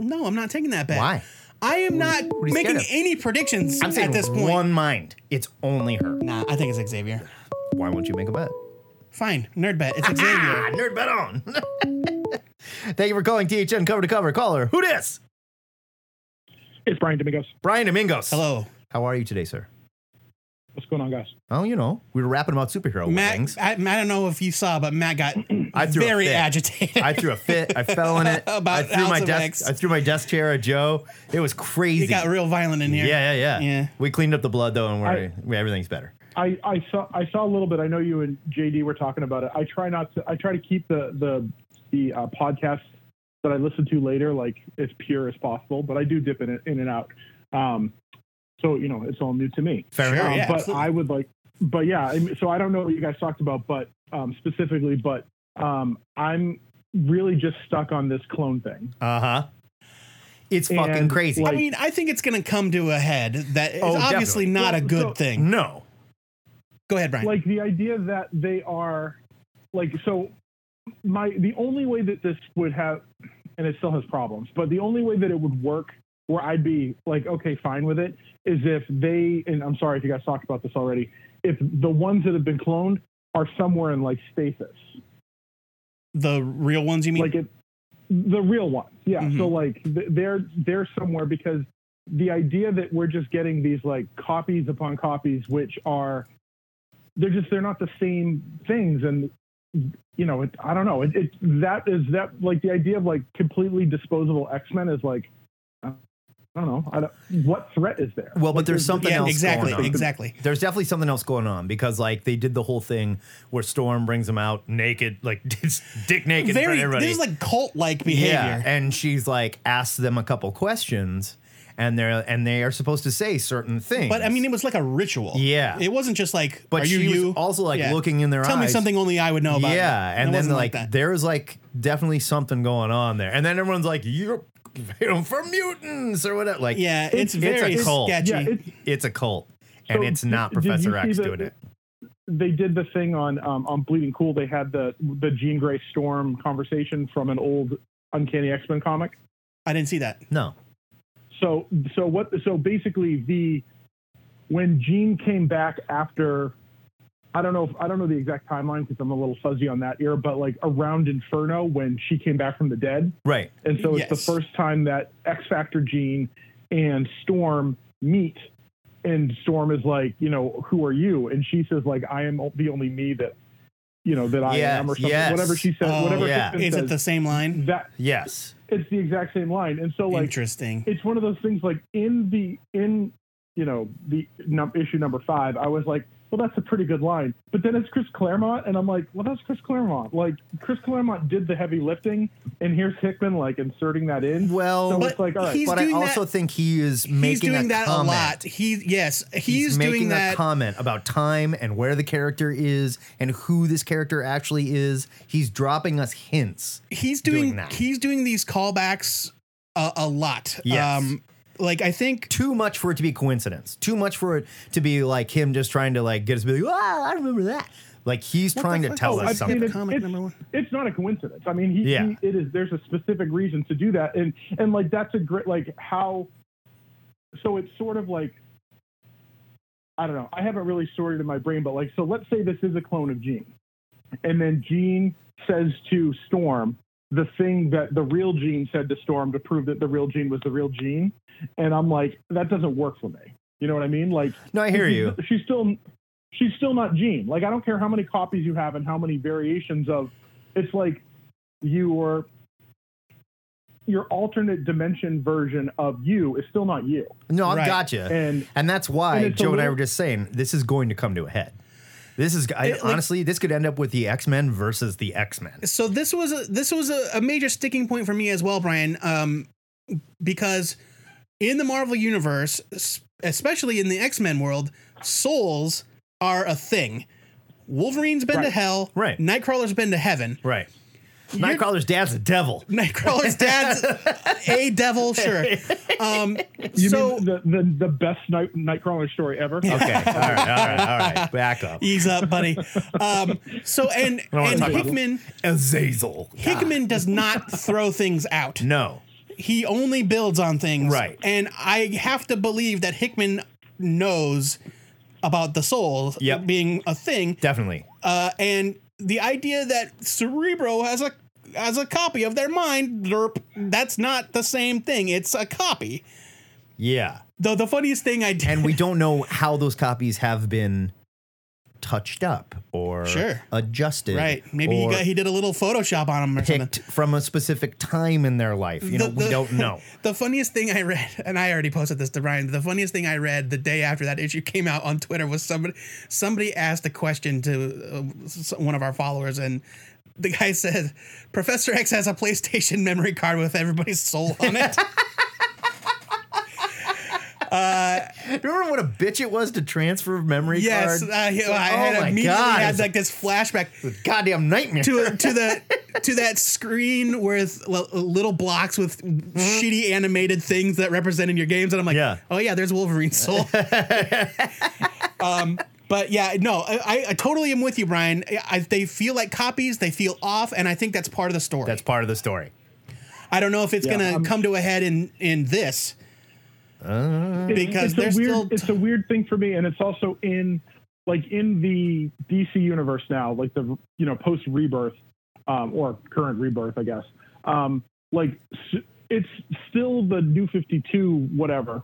No, I'm not taking that back. Why? I am not What are you scared making of? any predictions I'm saying at this point. one mind. It's only her. Nah, I think it's Xavier. Why won't you make a bet? Fine, nerd bet. It's Xavier. Ah, nerd bet on. Thank you for calling THN cover to cover. Caller, who dis? It's Brian Domingos. Brian Domingos. Hello, How are you today, sir? What's going on, guys? Oh, you know, we were rapping about superhero Matt. weddings. I, I don't know if you saw, but Matt got I threw a very fit. agitated. I threw a fit. I fell in it. About I threw my House of desk. X. I threw my desk chair at Joe. It was crazy. it got real violent in here. Yeah, yeah, yeah. Yeah. We cleaned up the blood though, and we're, I- we- everything's better. I, I saw I saw a little bit. I know you and JD were talking about it. I try not to. I try to keep the the the uh, podcasts that I listen to later like as pure as possible. But I do dip in it in and out. Um, so you know, it's all new to me. Um, Fair Sure, enough. yeah. but absolutely. I would like, but yeah. I mean, so I don't know what you guys talked about, but um, specifically, but um, I'm really just stuck on this clone thing. Uh huh. It's And, fucking crazy. I like- mean, I think it's going to come to a head. That is Oh, obviously definitely. not a Well, good so- thing. no. Go ahead, Brian. like the idea that they are like so my the only way that this would have and it still has problems but the only way that it would work where i'd be like okay fine with it is if they and i'm sorry if you guys talked about this already if the ones that have been cloned are somewhere in like stasis the real ones, you mean? like it the real ones yeah Mm-hmm. Mhm. so like th- they're they're somewhere because the idea that we're just getting these like copies upon copies which are they're just they're not the same things and you know it, i don't know it, it that is that like the idea of like completely disposable x-men is like i don't know I don't, what threat is there Well, but there's something yeah, else exactly, going on. exactly. There's definitely something else going on because like they did the whole thing where Storm brings them out naked, like dick naked in front of Very. everybody. This is like cult-like behavior. Yeah, and she's like asks them a couple questions, and they're and they are supposed to say certain things. But I mean, it was like a ritual. Yeah. it wasn't just like. But are you she was you? also, like, Yeah. looking in their Tell me eyes. something only I would know about. yeah, it. and It then wasn't like, that. there's like definitely something going on there, and then everyone's like, "You're for mutants or whatever." Like, Yeah, it's, it's a very cult. sketchy. yeah it's it's a cult, and So it's not did- did you Professor see X the- doing it. they did the thing on um, on Bleeding Cool. They had the the Jean Grey Storm conversation from an old Uncanny X Men comic. I didn't see that. No, So so what? So basically, the when Jean came back after, I don't know if I don't know the exact timeline because I'm a little fuzzy on that era, but like around Inferno when she came back from the dead, right? and so it's Yes. the first time that X Factor Gene and Storm meet. And Storm is like, you know, who are you? And she says, like, I am the only me that, you know, that I Yes, am, or something. yes. Whatever she says, Oh, whatever yeah. Hickman Is it says, the same line? that Yes, it's the exact same line. And so, like, Interesting. it's one of those things. Like in the in, you know, the num- issue number five, I was like, well, that's a pretty good line. But then it's Chris Claremont, and I'm like, well, that's Chris Claremont. Like Chris Claremont did the heavy lifting, and here's Hickman like inserting that in. Well, so but it's like, all right, he's but I doing also that- think he is He's making doing a that comment. a lot. He yes, he's, making doing a that. comment about time and where the character is and who this character actually is. He's dropping us hints. he's doing doing, that. he's doing these callbacks a, a lot. Um, Yes. like I think Too much for it to be coincidence. Too much for it to be like him just trying to like get us to be like, ah, I remember that. Like he's trying to fuck? tell Oh, us I've seen something. it. Comic it's, number one. it's not a coincidence. I mean, he, Yeah. he- it is. There's a specific reason to do that, and and like that's a great like how. So it's sort of like. I don't know. I haven't really sorted in my brain, but like, so let's say this is a clone of Gene, and then Gene says to Storm the thing that the real Gene said to Storm to prove that the real Gene was the real Gene, and I'm like, that doesn't work for me. You know what I mean? Like, No, I hear you. she's still she's still not Jean. Like I don't care how many copies you have and how many variations of it's like your your alternate dimension version of you is still not you. No, I've Right. gotcha. And, And- that's why and it's a Joe and I little- were just saying this is going to come to a head. This is I, It, like- honestly, this could end up with the X Men versus the X Men. so this was a, this was a, a major sticking point for me as well, Brian, um, because in the Marvel universe, s- especially in the X Men world, souls are a thing. Wolverine's been to hell. Right. Nightcrawler's been to heaven. Right. Nightcrawler's dad's a devil. Nightcrawler's dad's a devil, sure. Um, You so mean the, the the best night Nightcrawler story ever. Okay. all right. All right. All right. Back up. ease up, buddy. Um, so and don't wanna and talk about- Hickman Azazel. Hickman does not throw things out. Oh, No. he only builds on things. Right. And I have to believe that Hickman knows about the soul Yep. being a thing. Definitely. Uh, and the idea that Cerebro has a has a copy of their mind, derp, that's not the same thing. It's a copy. Yeah. Though the funniest thing I did And we don't know how those copies have been touched up or Sure. adjusted. Right. Maybe he or got he did a little Photoshop on him or something. picked from a specific time in their life. You know, The- we the- don't know. The funniest thing I read, and I already posted this to Brian. The funniest thing I read the day after that issue came out on Twitter was somebody somebody asked a question to uh, s- one of our followers, and the guy said, "Professor X has a PlayStation memory card with everybody's soul on it." Remember what a bitch it was to transfer memory Uh, yes, card? uh, I, It's like, I had oh my immediately God, had it's like this flashback. a goddamn nightmare. to to the to that screen with l- little blocks with shitty animated things that represented your games, and I'm like, Mm-hmm. Yeah. oh yeah, there's Wolverine's soul. um, but yeah, no, I, I, I totally am with you, Brian. I, I, they feel like copies, they feel off, and I think that's part of the story. That's part of the story. I don't know if it's Yeah, gonna I'm- come to a head in in this. Uh. It's- Because it's they're a weird, still- it's a weird thing for me, and it's also in like in the DC universe now, like the you know post rebirth um, or current rebirth, I guess. Um, like s- it's still the New Fifty Two, whatever.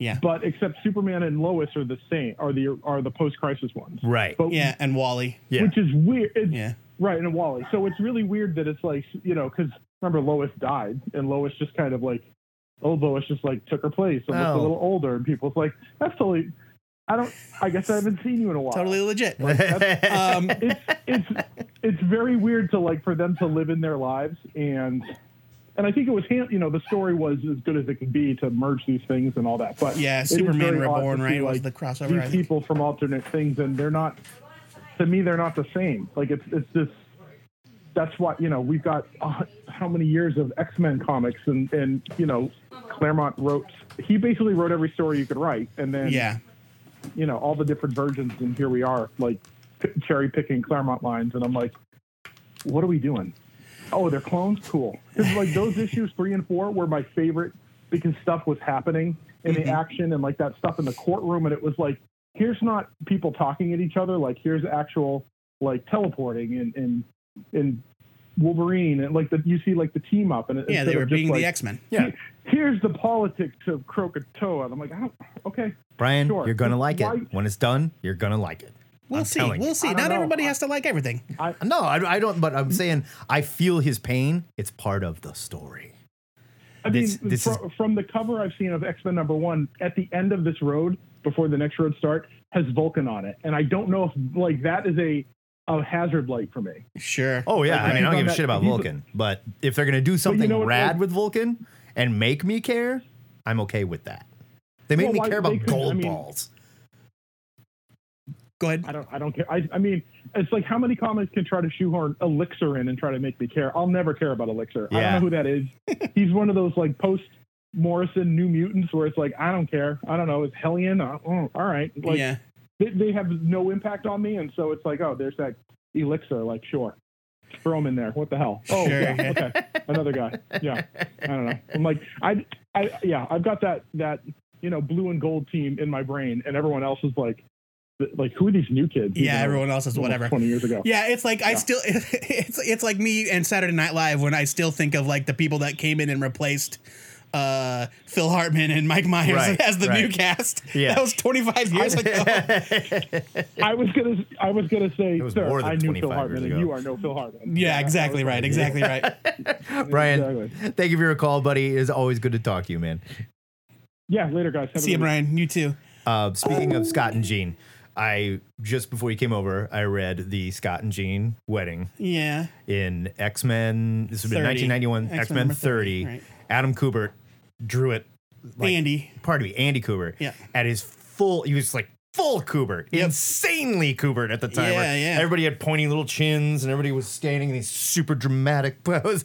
Yeah. But except Superman and Lois are the same, are the are the post crisis ones. Right. But Yeah, and Wally. Yeah. which is weird. It's, Yeah. Right, and Wally. So it's really weird that it's like, you know, because remember Lois died, and Lois just kind of like, old Lois just like took her place and looked Oh. a little older, and people's like, that's totally, I don't, I guess I haven't seen you in a while. Totally legit. Um, It's, it's, it's very weird to like, for them to live in their lives, and, and I think it was, hand, you know, the story was as good as it could be to merge these things and all that. But Yeah, it is Superman very odd to Reborn, see, right, was like, the crossover, I These think. people from alternate things, and they're not to me they're not the same like it's it's this that's why you know we've got uh, how many years of x-men comics and and you know claremont wrote he basically wrote every story you could write and then yeah. you know all the different versions and here we are like p- cherry picking claremont lines and i'm like what are we doing oh they're clones cool 'Cause, like those issues three and four were my favorite because stuff was happening in Mm-hmm. the action and like that stuff in the courtroom and it was like here's not people talking at each other like here's actual like teleporting and and and wolverine and like the you see like the team up and it- Yeah, instead they of were just, being like, the X Men. yeah. here's the politics of krakatoa and i'm like i don't okay Brian, Sure. you're gonna It's like it. white. When it's done, you're gonna like it. We'll I'm see. telling you. We'll see. I don't Not know. everybody I- has to like everything. No, I, I don't. But I'm saying I feel his pain. It's part of the story. I This- mean, this fro- from the cover I've seen of X Men number one, at the end of this road, before the next road start, has Vulcan on it, and I don't know if like that is a a hazard light for me. Sure. Oh yeah, I mean I don't he's give a shit on that- about he's- Vulcan, but if they're gonna do something know what, rad like- with Vulcan and make me care, I'm okay with that. They made Well, me why- care they about could- gold I mean- balls. Go ahead. I don't, I don't care. I, I mean, it's like how many comics can try to shoehorn Elixir in and try to make me care? I'll never care about Elixir. I Yeah. don't know who that is. he's one of those like post Morrison New Mutants where it's like I don't care. I don't know. It's Hellion. Uh, oh, all right. Like yeah. they, they have no impact on me, and so it's like oh, there's that elixir. Like sure, throw him in there. What the hell? Oh Sure, yeah, yeah. okay. Another guy. Yeah. I don't know. I'm like I I yeah. I've got that that you know blue and gold team in my brain, and everyone else is like th- like who are these new kids? Yeah, You know, everyone else is almost whatever. Twenty years ago. Yeah, it's like I Yeah. still it's it's like me and Saturday Night Live when I still think of like the people that came in and replaced uh Phil Hartman and Mike Myers Right, as the new right. cast. Yeah. That was 25 years ago. I was gonna I was gonna say It was sir, more than I knew 25 Phil years Hartman, and ago. you are no Phil Hartman. yeah, that exactly was my right. idea. Exactly right. Brian, Exactly. thank you for your call, buddy. It is always good to talk to you, man. Yeah, later guys. Have a See you, good week. Brian. You too. Uh, speaking of Scott and Jean, I just before you came over, I read the Scott and Jean wedding Yeah. in X Men. This would be 30. 1991, X-Men X Men number 30, 30. right. Adam Kubert drew it. Andy. Pardon me, Andy Kubert. Yeah. At his full, he was like full Kubert, Yep. insanely Kubert at the time. where Yeah, yeah. Everybody had pointy little chins and everybody was standing in these super dramatic poses.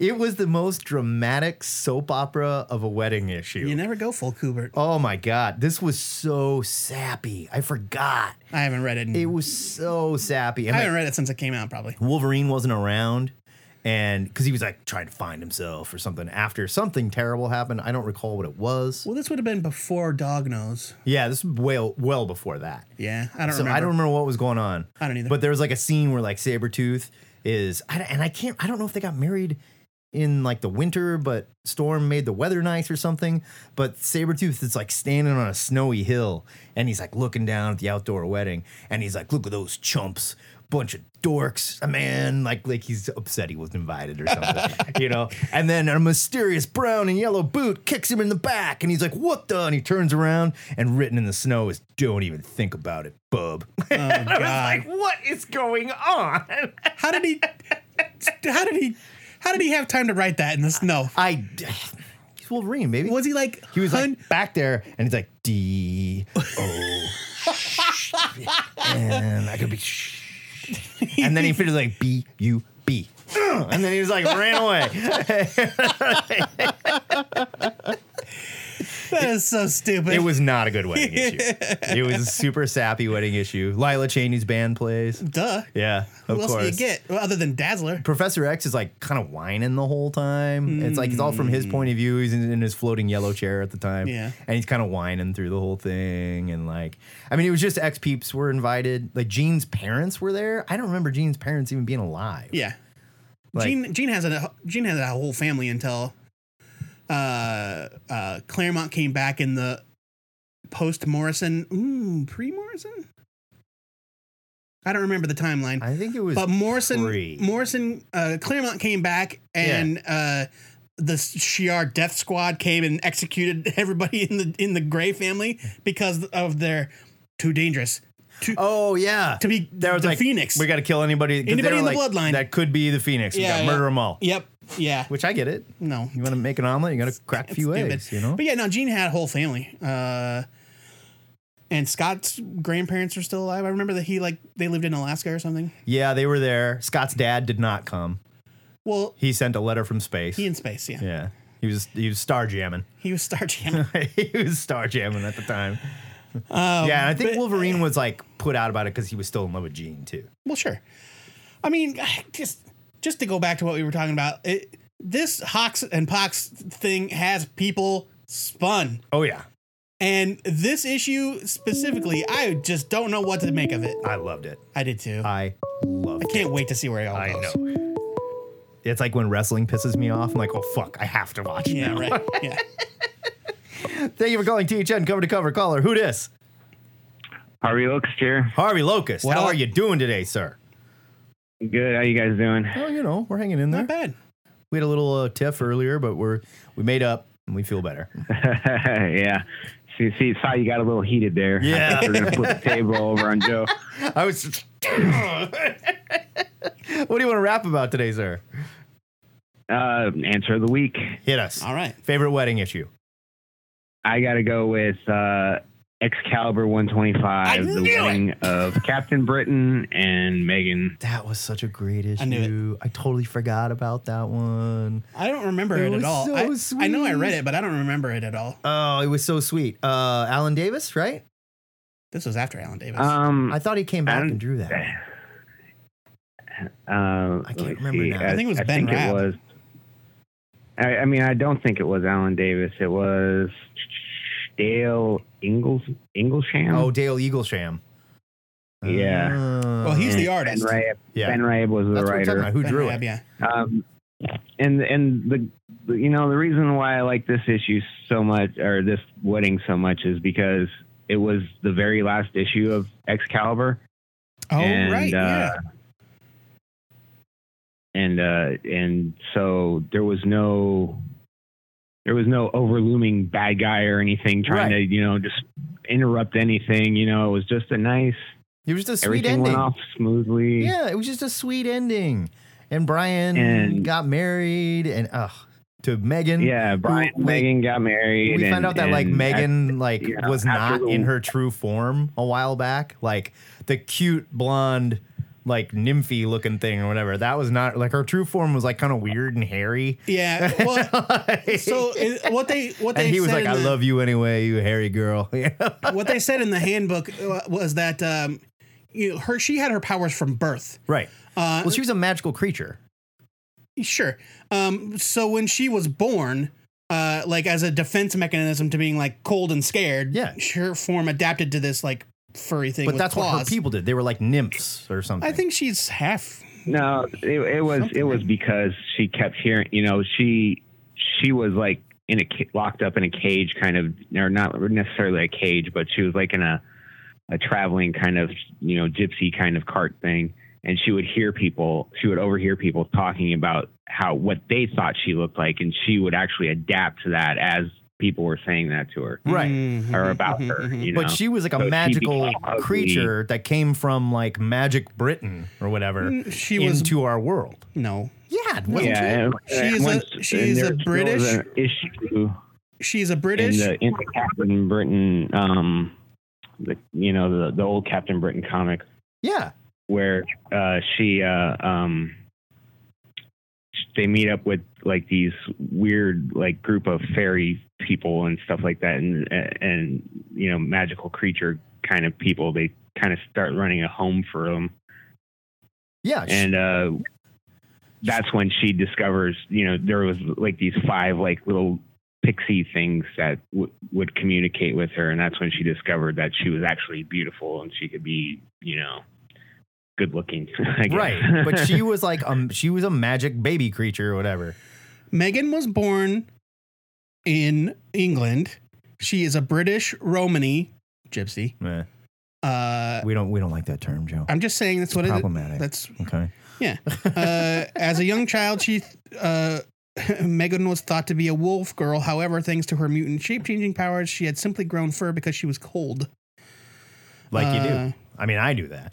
it was the most dramatic soap opera of a wedding issue. You never go full Kubert. Oh my God. This was so sappy. I forgot. I haven't read it. In, It was so sappy. I And haven't like, read it since it came out probably. Wolverine wasn't around. And because he was like trying to find himself or something after something terrible happened. I don't recall what it was. Well, this would have been before Dog Nose. Yeah, this was well, well before that. Yeah, I don't so remember. I don't remember what was going on. I don't either. But there was like a scene where like Sabretooth is, I, and I can't, I don't know if they got married in like the winter, but Storm made the weather nice or something. But Sabretooth is like standing on a snowy hill and he's like looking down at the outdoor wedding and he's like, look at those chumps. Bunch of dorks, man. Like, like he's upset he wasn't invited or something, you know. And then a mysterious brown and yellow boot kicks him in the back, and he's like, "What the?" And he turns around, and written in the snow is, "Don't even think about it, bub." oh god. like, what is going on? How did he? How did he? How did he have time to write that in the snow? I. He's Wolverine, baby. Was he like? He was hun- like back there, and he's like D O, and I could be, and then he finished like B U B, and then he was like ran away. that is so stupid. It was not a good wedding issue. It was a super sappy wedding issue. Lila Cheney's band plays. duh. Yeah, of Who else course. do you get well, other than Dazzler? Professor X is like kind of whining the whole time. It's like it's all from his point of view. He's in, in his floating yellow chair at the time. Yeah. And he's kind of whining through the whole thing. And like, I mean, it was just X peeps were invited. Like, Gene's parents were there. I don't remember Gene's parents even being alive. Yeah. Like- Gene Gene has a Gene has a whole family until uh uh Claremont came back in the post Morrison. Ooh, pre Morrison? I don't remember the timeline. I think it was. but Morrison pre. Morrison uh, Claremont came back and uh, the Shiar Death Squad came and executed everybody in the in the Gray family because of their too dangerous to, oh, yeah. to be there was the like, Phoenix. We got to kill anybody. 'cause they Anybody were in the bloodline. That could be the Phoenix. We Yeah, got yeah. murder them all. Yep. Yeah. Which I get it. No. You want to make an omelet, you got to crack a That's few stupid. eggs, you know? But yeah, no, Gene had a whole family. Uh, and Scott's grandparents are still alive. I remember that he like they lived in Alaska or something. Yeah, they were there. Scott's dad did not come. Well, He sent a letter from space. he in space, yeah. Yeah. He was he was star jamming. He was Star Um, Jam. he was star jamming at the time. yeah, and I think Wolverine uh, was like put out about it because he was still in love with Jean too. well, sure. I mean, just just to go back to what we were talking about, it, this Hawks and Pox thing has people spun. Oh yeah, And this issue specifically, I just don't know what to make of it. I loved it. I did too. I I loved. can't wait to see where it all I goes. know. It's like when wrestling pisses me off. I'm like, oh fuck, I have to watch. Yeah, now. right. Yeah. Thank you for calling THN cover to cover caller. Who dis? Harvey Oaks here. Harvey Locust. What How up? are you doing today, sir? Good. How you guys doing? Oh, you know, we're hanging in there. Not bad. We had a little uh, tiff earlier, but we're we made up and we feel better. yeah. See, see, saw you got a little heated there. I Yeah. thought we We're gonna flip the table over on Joe. I was. what do you want to rap about today, sir? Uh, answer of the week. Hit us. All right. Favorite wedding issue? I got to go with uh, Excalibur 125, I the knew wedding of Captain Britain and Megan. That was such a great issue. I knew it. I totally forgot about that one. I don't remember it, at was all. so I, I know I read sweet. it, but I don't remember it at all. Oh, it was so sweet. Uh, Alan Davis, right? This was after Alan Davis. Um, I thought he came back Alan- and drew that. Uh, I let me can't remember see. now. I think it was I Ben think it Rabb. was- I, I mean, I don't think it was Alan Davis. It was Dale Ingles Inglesham. Oh, Dale Eaglesham. yeah. well, he's the And artist. Ben Rabb, Yeah. ben Rabb was the That's what I'm talking writer. about. Who drew Rabb, it? yeah. Um, and and the the- you know the reason why I like this issue so much or this wedding so much is because it was the very last issue of Excalibur. Oh, and, right. yeah. uh, and uh, and so there was no there was no overlooming bad guy or anything trying Right. to you know just interrupt anything. You know, it was just a nice It was just a sweet everything ending. went off smoothly. Yeah, it was just a sweet ending. And Brian And- got married and uh to Megan. Yeah, Brian, who- like, Megan got married. we found and- out that like and Megan like yeah, was after not the- in her true form a while back. Like the cute blonde like nymphy looking thing or whatever. That was not like her true form was like kind of weird and hairy. Yeah. Well, so it- what they what they and he was said like, in I the- love you anyway, you hairy girl. Yeah. what they said in the handbook uh, was that um, you know, her she had her powers from birth. right. Uh, well, she was a magical creature. Sure. Um, so when she was born, uh, like as a defense mechanism to being like cold and scared, Yeah. her form adapted to this like furry thing. But with that's claws. what her people did. They were like nymphs or something. I think she's half. No, it, it was it was because she kept hearing. You know, she she was like in a ca- locked up in a cage, kind of, or not necessarily a cage, but she was like in a a traveling kind of you know gypsy kind of cart thing, and she would hear people. She would overhear people talking about how what they thought she looked like, and she would actually adapt to that as people were saying that to her Right. or about her. You know? But she was like a So she magical became ugly. creature that came from like Magic Britain or whatever Mm, She was into our world. no. Yeah, it wasn't she? Yeah, and- She and is a- once- she and is a there still British- an issue She's a in British. the, in the Captain Britain, um, the, you know, the, the old Captain Britain comic yeah. where uh, she, uh, um, they meet up with like these weird like group of fairy people and stuff like that, and and you know magical creature kind of people. They kind of start running a home for them, Yeah. she- and uh, that's when she discovers you know there was like these five like little pixie things that w- would communicate with her and that's when she discovered that she was actually beautiful and she could be you know good looking I guess. right. But she was like um she was a magic baby creature or whatever. Megan was born in England. She is a British Romany gypsy. Eh, Uh, we don't we don't like that term, Joe. I'm just saying that's what it is. Problematic. That's okay. Yeah. Uh, as a young child, she uh, Megan was thought to be a wolf girl. However, thanks to her mutant shape changing powers, she had simply grown fur because she was cold. Like you Uh, do. I mean, I do that.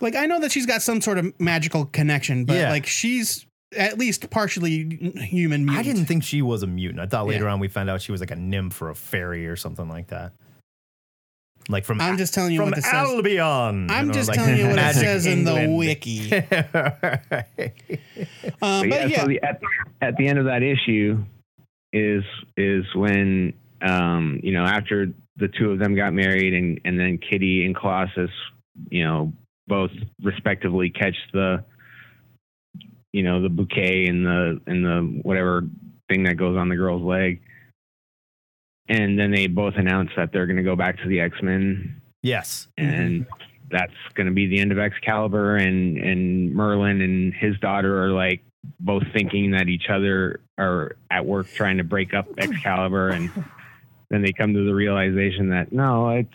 Like I know that she's got some sort of magical connection, but Yeah. Mm, like she's at least partially human. Mutant. I didn't think she was a mutant. I thought later Yeah. on we found out she was like a nymph or a fairy or something like that. Like from I'm just telling you from what this says. Albion. I'm know, just like telling you what it Magic says in the England. wiki. Right. Um, but But yeah, yeah, so the, at, at the end of that issue is is when um you know after the two of them got married and and then kitty and colossus you know both respectively catch the you know the bouquet and the and the whatever thing that goes on the girl's leg and then they both announce that they're going to go back to the x-men Yes. and that's going to be the end of Excalibur. And and Merlin and his daughter are like both thinking that each other are at work trying to break up Excalibur, and then they come to the realization that no, it's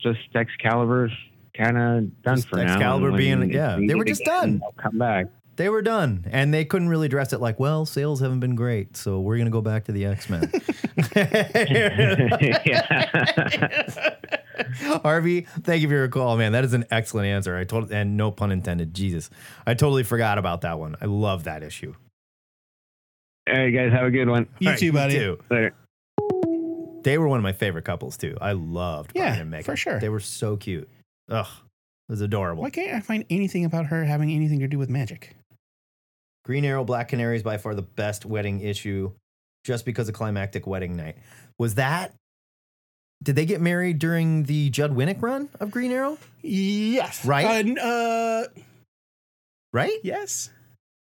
just Excalibur's kind of done Just for now. Excalibur and when being- it's yeah, they needed were just again, done. they'll Come back. They were done and they couldn't really address it like, well, sales haven't been great, so we're going to go back to the X Men. yeah. Harvey, thank you for your call, man. That is an excellent answer. I told, and no pun intended, Jesus. I totally forgot about that one. I love that issue. All right, guys, have a good one. you All right, too, buddy. too. Later. They were one of my favorite couples too. I loved Brian Yeah, and Megan for sure. They were so cute. Ugh, it was adorable. Why can't I find anything about her having anything to do with magic? Green Arrow, Black Canary is by far the best wedding issue, just because of climactic wedding night. Was that? Did they get married during the Judd Winnick run of Green Arrow? Yes. Right? Uh, n- Uh, Right? yes.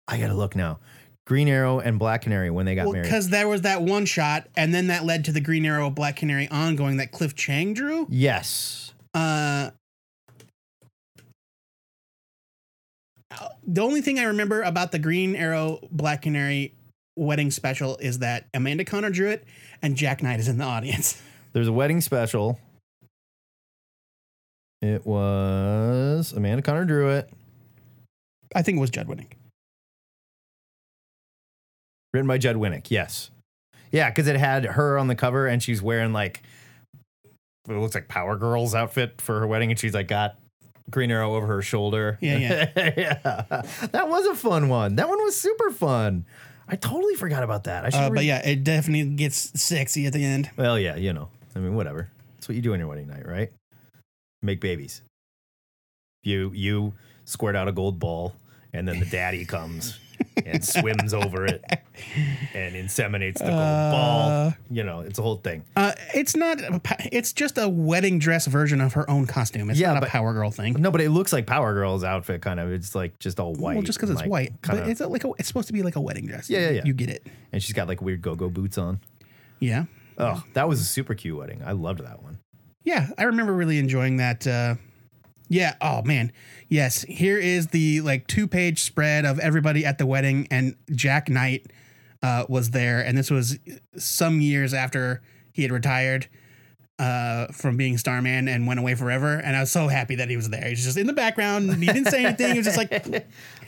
I gotta look now. Green Arrow and Black Canary when they got Well, married. because there was that one shot, and then that led to the Green Arrow Black Canary ongoing that Cliff Chang drew. Yes. Uh, uh, the only thing I remember about the Green Arrow Black Canary wedding special is that Amanda Connor drew it, and Jack Knight is in the audience. There's a wedding special. It was Amanda Connor drew it, I think it was Judd Winnick. written by Judd Winnick. Yes. Yeah, because it had her on the cover and she's wearing like it looks like Power Girl's outfit for her wedding and she's like got Green Arrow over her shoulder. Yeah, yeah. That was a fun one. That one was super fun. I totally forgot about that. I should Uh, but re- yeah, it definitely gets sexy at the end. Well, yeah, you know. I mean, whatever. That's what you do on your wedding night, right? Make babies. You you squirt out a gold ball, and then the daddy comes and swims over it and inseminates the gold ball. You know, it's a whole thing. Uh, it's not. a pa- It's just a wedding dress version of her own costume. It's Yeah, not but- a Power Girl thing. No, but it looks like Power Girl's outfit, kind of. It's like just all white. well, just because and, it's like, white, kinda- but it's a, like a, it's supposed to be like a wedding dress. Yeah, yeah, yeah. You get it. and she's got like weird go-go boots on. Yeah, Oh, that was a super cute wedding. I loved that one. yeah. I remember really enjoying that. Uh, yeah. Oh man. Yes. Here is the like two page spread of everybody at the wedding, and Jack Knight uh, was there, and this was some years after he had retired uh, from being Starman and went away forever. And I was so happy that he was there. He's just in the background. He didn't say anything. He was just like.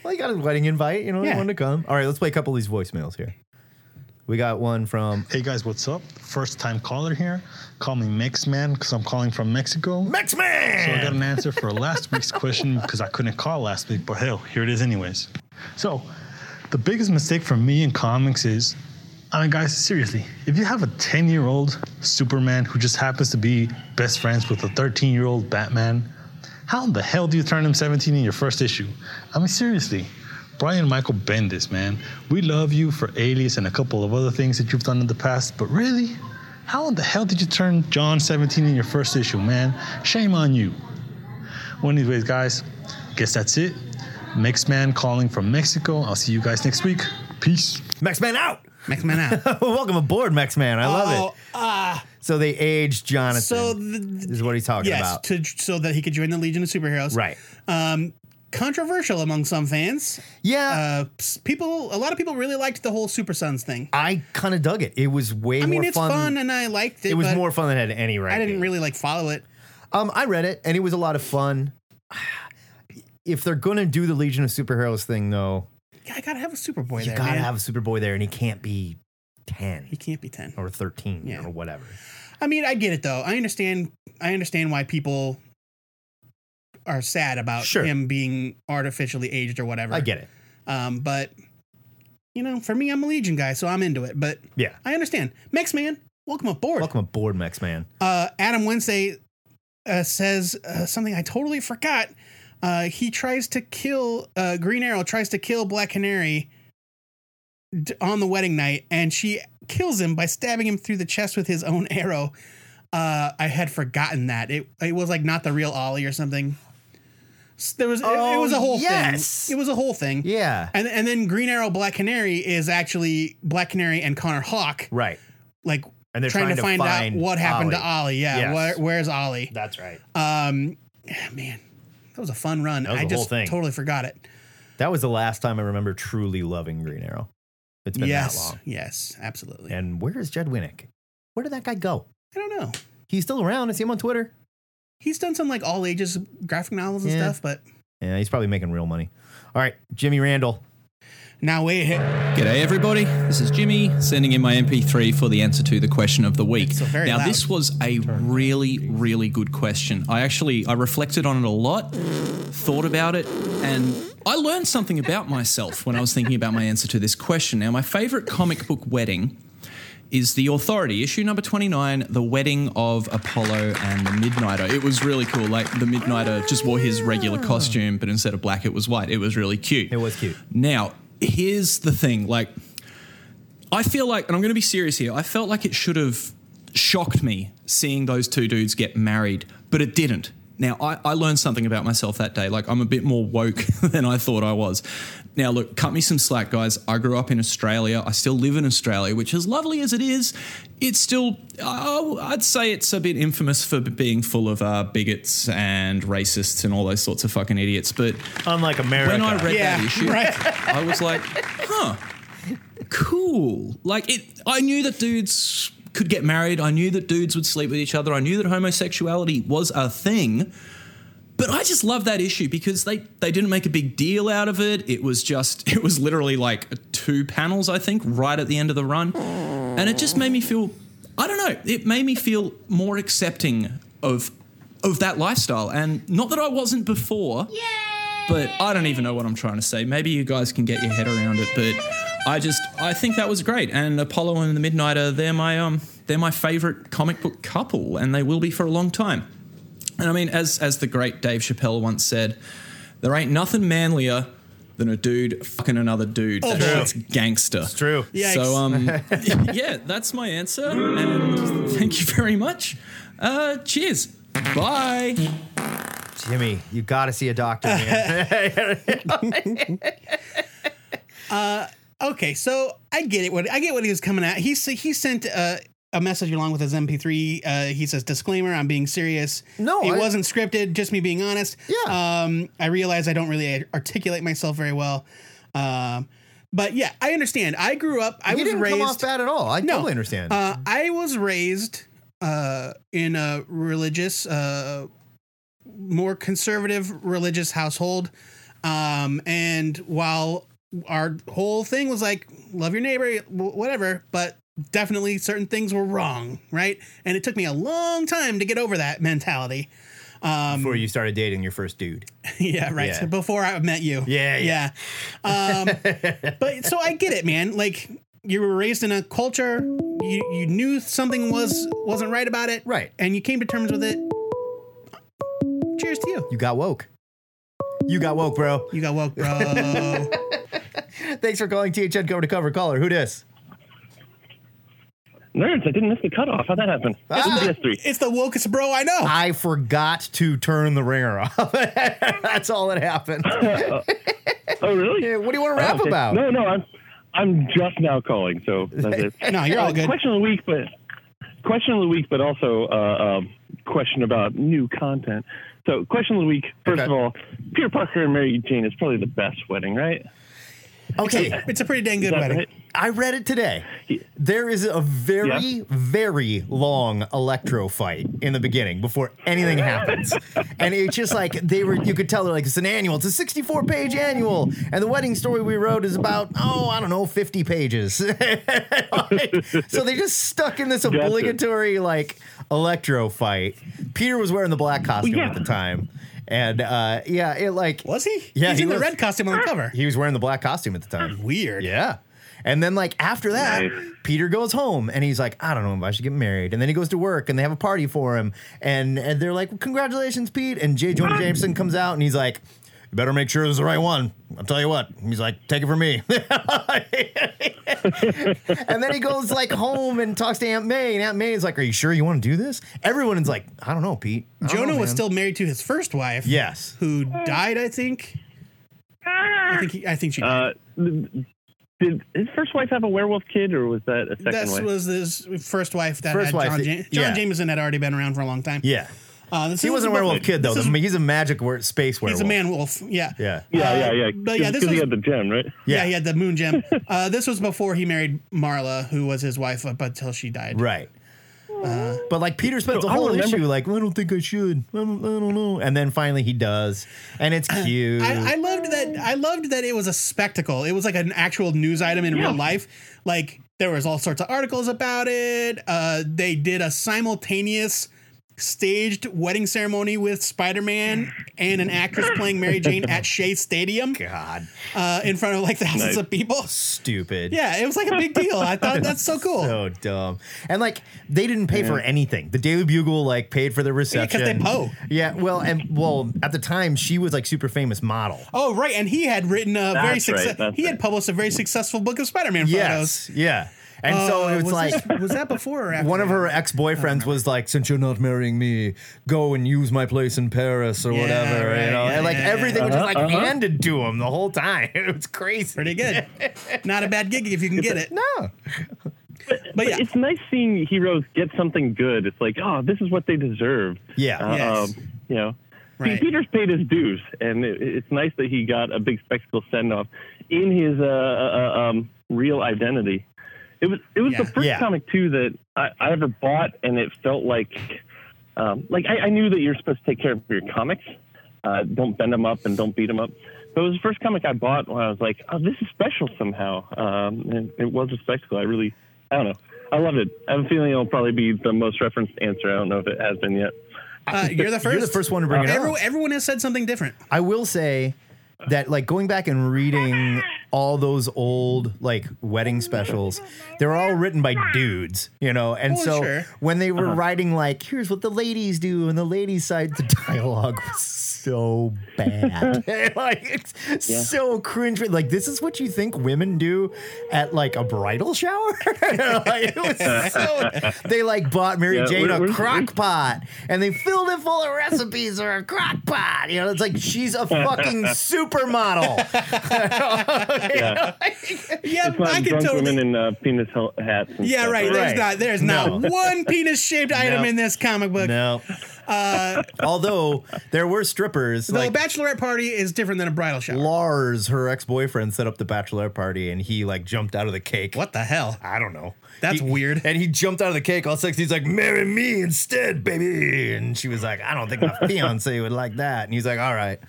Well, you got a wedding invite. You know, you Yeah. wanted to come. All right, let's play a couple of these voicemails here. We got one from Hey guys, what's up? First time caller here. Call me Mexman because I'm calling from Mexico. Mexman! So I got an answer for last week's question because I couldn't call last week, but hell, here it is, anyways. So, the biggest mistake for me in comics is I mean, guys, seriously, if you have a 10 year old Superman who just happens to be best friends with a 13 year old Batman, how in the hell do you turn him 17 in your first issue? I mean, seriously. Brian Michael Bendis, man, we love you for Alias and a couple of other things that you've done in the past, but really? How in the hell did you turn John 17 in your first issue, man? Shame on you. Well, anyways, guys, guess that's it. Mixman calling from Mexico. I'll see you guys next week. Peace. Mexman out. Mexman out. Welcome aboard, Mexman. I love Oh, it. uh, so they aged Jonathan. So is what he's talking yes, about. to so that he could join the Legion of Superheroes. Right. Um, controversial among some fans. Yeah. Uh, s- people, a lot of people really liked the whole Super Sons thing. I kind of dug it. It was way I mean, more it's fun. and I liked it. It was but more fun than it had any right. I being. didn't really like follow it. Um, I read it and it was a lot of fun. If they're gonna do the Legion of Superheroes thing, though, Yeah, I gotta have a Superboy you there. gotta man. have a Superboy there, and he can't be ten He can't be ten. or thirteen Yeah. or whatever. I mean, I get it though. I understand. I understand why people are sad about Sure. him being artificially aged or whatever. I get it. Um, but you know, for me, I'm a Legion guy, so I'm into it. But Yeah. I understand. Mex Man, welcome aboard. Welcome aboard, Mex Man. Uh, Adam Wednesday uh, says uh, something I totally forgot. Uh, he tries to kill uh, Green Arrow, tries to kill Black Canary d- on the wedding night, and she kills him by stabbing him through the chest with his own arrow. Uh, I had forgotten that it it was like not the real Ollie or something. S- There was it- it, Oh, was a whole yes. thing. It was a whole thing. Yeah. And and then Green Arrow Black Canary is actually Black Canary and Connor Hawk Right. like And they're trying, to, find, out what happened to Ollie. Ollie. Yeah, Yes. where, where's Ollie? That's right. Um, yeah, man, that was a fun run. That was I the whole just thing. totally forgot it. That was the last time I remember truly loving Green Arrow. It's been that Yes, long. yes, absolutely. And where is Jed Winnick? Where did that guy go? I don't know. He's still around. I see him on Twitter. He's done some like all ages graphic novels and Yeah. stuff, but Yeah, he's probably making real money. All right, Jimmy Randall. now wait, hey, G'day, everybody. This is Jimmy sending in my MP3 for the answer to the question of the week. It's so very now, loud. this was a really, really good question. I actually I reflected on it a lot, thought about it, and I learned something about myself when I was thinking about my answer to this question. Now, my favorite comic book wedding is The Authority, issue number 29, The Wedding of Apollo and the Midnighter. It was really cool. Like, the Midnighter just wore his regular costume, but instead of black, it was white. It was really cute. It was cute. Now, here's the thing. Like, I feel like, and I'm going to be serious here, I felt like it should have shocked me seeing those two dudes get married, but it didn't. Now, I, I learned something about myself that day. Like, I'm a bit more woke than I thought I was. Now, look, cut me some slack, guys. I grew up in Australia. I still live in Australia, which, as lovely as it is, it's still, oh, I'd say it's a bit infamous for being full of uh, bigots and racists and all those sorts of fucking idiots. But Unlike America. when I read Yeah, that issue, right. I was like, huh, cool. Like it, I knew that dudes could get married. I knew that dudes would sleep with each other. I knew that homosexuality was a thing. But I just love that issue because they they didn't make a big deal out of it. It was just it was literally like two panels I think right at the end of the run. And it just made me feel I don't know, it made me feel more accepting of of that lifestyle and not that I wasn't before. But I don't even know what I'm trying to say. Maybe you guys can get your head around it, but I just I think that was great. And Apollo and the Midnighter, they're my um they're my favorite comic book couple and they will be for a long time. And I mean, as as the great Dave Chappelle once said, there ain't nothing manlier than a dude fucking another dude. Oh, That true. shit's gangster. It's true. So um, yeah, that's my answer. And thank you very much. Uh, cheers. Bye. Jimmy, you got to see a doctor, man. Uh, okay, so I get it. What I get what he was coming at. He s- he sent uh, a message along with his MP3. Uh, he says disclaimer: I'm being serious. No, it I- wasn't scripted. Just me being honest. Yeah. Um, I realize I don't really articulate myself very well. Um, but yeah, I understand. I grew up. I You was didn't raised come off bad at all. I no. totally understand. Uh, I was raised uh, in a religious, uh, more conservative religious household. Um, and while our whole thing was like, love your neighbor, wh- whatever, but definitely certain things were wrong, right? And it took me a long time to get over that mentality. Um, Before you started dating your first dude. yeah, right. Yeah. So before I met you. Yeah, yeah. Um, but so I get it, man. Like you were raised in a culture, you you knew something was wasn't right about it, right? And you came to terms with it. Cheers to you. You got woke. You got woke, bro. You got woke, bro. Thanks for calling THN cover to cover caller. Who dis? Nerds, I didn't miss the cutoff. How'd that happen? It's PS3. It's the wokest bro I know. Ah. I forgot to turn the ringer off. That's all that happened. oh, really? Yeah, what do you want to rap Oh, okay. about? No, no, I'm I'm just now calling, so that's it. No, you're all Uh, good. Question of the week, but question of the week, but also uh, um, question about new content. So, question of the week. First of all, Peter Parker and Mary Jane is probably the best wedding, right? Okay. It's a, it's a pretty dang good Is that wedding. right? I read it today. There is a very, Yeah. very long electro fight in the beginning before anything happens. and it's just like they were, you could tell they're like, it's an annual, it's a 64 page annual. And the wedding story we wrote is about, oh, I don't know, 50 pages. so they just stuck in this Gotcha. obligatory like electro fight. Peter was wearing the black costume yeah. at the time. And uh, yeah, it like was he? Yeah, He's he in the was. red costume on the cover. He was wearing the black costume at the time. Weird. Yeah. And then like after that, Nice. Peter goes home and he's like, I don't know if I should get married. And then he goes to work and they have a party for him. And, and they're like, Congratulations, Pete. And J. Jonah Jameson comes out and he's like, You better make sure this is the right one. I'll tell you what. He's like, Take it from me. and then he goes like home and talks to Aunt May. And Aunt May is like, Are you sure you want to do this? Everyone is like, I don't know, Pete. I don't Jonah know, was man." still married to his first wife. Yes. who died? I think. I think. He, I think she. Died. Uh, did his first wife have a werewolf kid, or was that a second That wife? was his first wife that First had wife John, that- Jam- John yeah. Jameson had already been around for a long time. Yeah. Uh, this He is wasn't a about- werewolf kid though. this is- The- he's a magic were- space werewolf. he's a man wolf. Yeah. Uh, Yeah. yeah, yeah, yeah. but yeah, this because he was- had the gem, right? Yeah, he had the moon gem. uh, this was before he married Marla, who was his wife up until she died. Right. but like Uh, Peter spends So a I whole remember- issue like I don't think I should. I don't, I don't know. And then finally he does, and it's cute. I, I loved that. I loved that it was a spectacle. It was like an actual news item in real life. Like there was all sorts of articles about it. Uh, they did a simultaneous staged wedding ceremony with Spider Man and an actress playing Mary Jane at Shea Stadium. God. Uh, in front of like thousands Nice. of people. Stupid. Yeah, it was like a big deal. I thought that's so cool. So dumb. And like they didn't pay for anything. The Daily Bugle like paid for the reception. they po. Yeah, well, and well, at the time she was like super famous model. Oh, right. And he had written a That's very right, successful, that's he had published a very successful book of Spider Man Yes. photos. Yeah. And so Uh, it was, like this- was that Oh, before or after? one of her ex boyfriends was like, "Since you're not marrying me, go and use my place in Paris or Yeah, whatever." right, you know, yeah, and like yeah, everything was yeah. just like Uh-huh. handed to him the whole time. It was crazy. Pretty good. Not a bad gig if you can get it. No. But, yeah. it's nice seeing heroes get something good. It's like, oh, this is what they deserve. Yeah. Uh, Yes. um, you know, Pe- Right. Peter's paid his dues, and it, it's nice that he got a big spectacle send off in his uh, uh, um, real identity. It was it was the Yeah. first Yeah. comic too that I, I ever bought, and it felt like um, like I, I knew that you're supposed to take care of your comics. Uh, don't bend them up and don't beat them up. But it was the first comic I bought when I was like, oh, this is special somehow. Um, and it was a spectacle. I really, I don't know. I love it. I have a feeling it'll probably be the most referenced answer. I don't know if it has been yet. Uh, you're the 1st one to bring it up. everyone, Everyone has said something different. I will say that like going back and reading all those old like wedding specials, they're all written by dudes, you know. And Well, so sure. when they were Uh-huh. writing like, here's what the ladies do and the ladies side, the dialogue was so bad. like it's Yeah. so cringe. Like, this is what you think women do at like a bridal shower? like, it was so they like bought Mary Yeah, Jane we're- a we're- crock pot and they filled it full of recipes or a crock pot. You know, it's like she's a fucking supermodel. Yeah. yeah, it's not Um, I can drunk totally. women in uh, penis hel- hats. and Yeah, stuff. right. There's not there's not one penis shaped item No. in this comic book. No. Uh, Although there were strippers. the Like, bachelorette party is different than a bridal shower. Lars, her ex boyfriend, set up the bachelorette party and he like jumped out of the cake. What the hell? I don't know. That's weird. And he jumped out of the cake all sexy. He's like, marry me instead, baby. And she was like, I don't think my fiance would like that. And he's like, all right,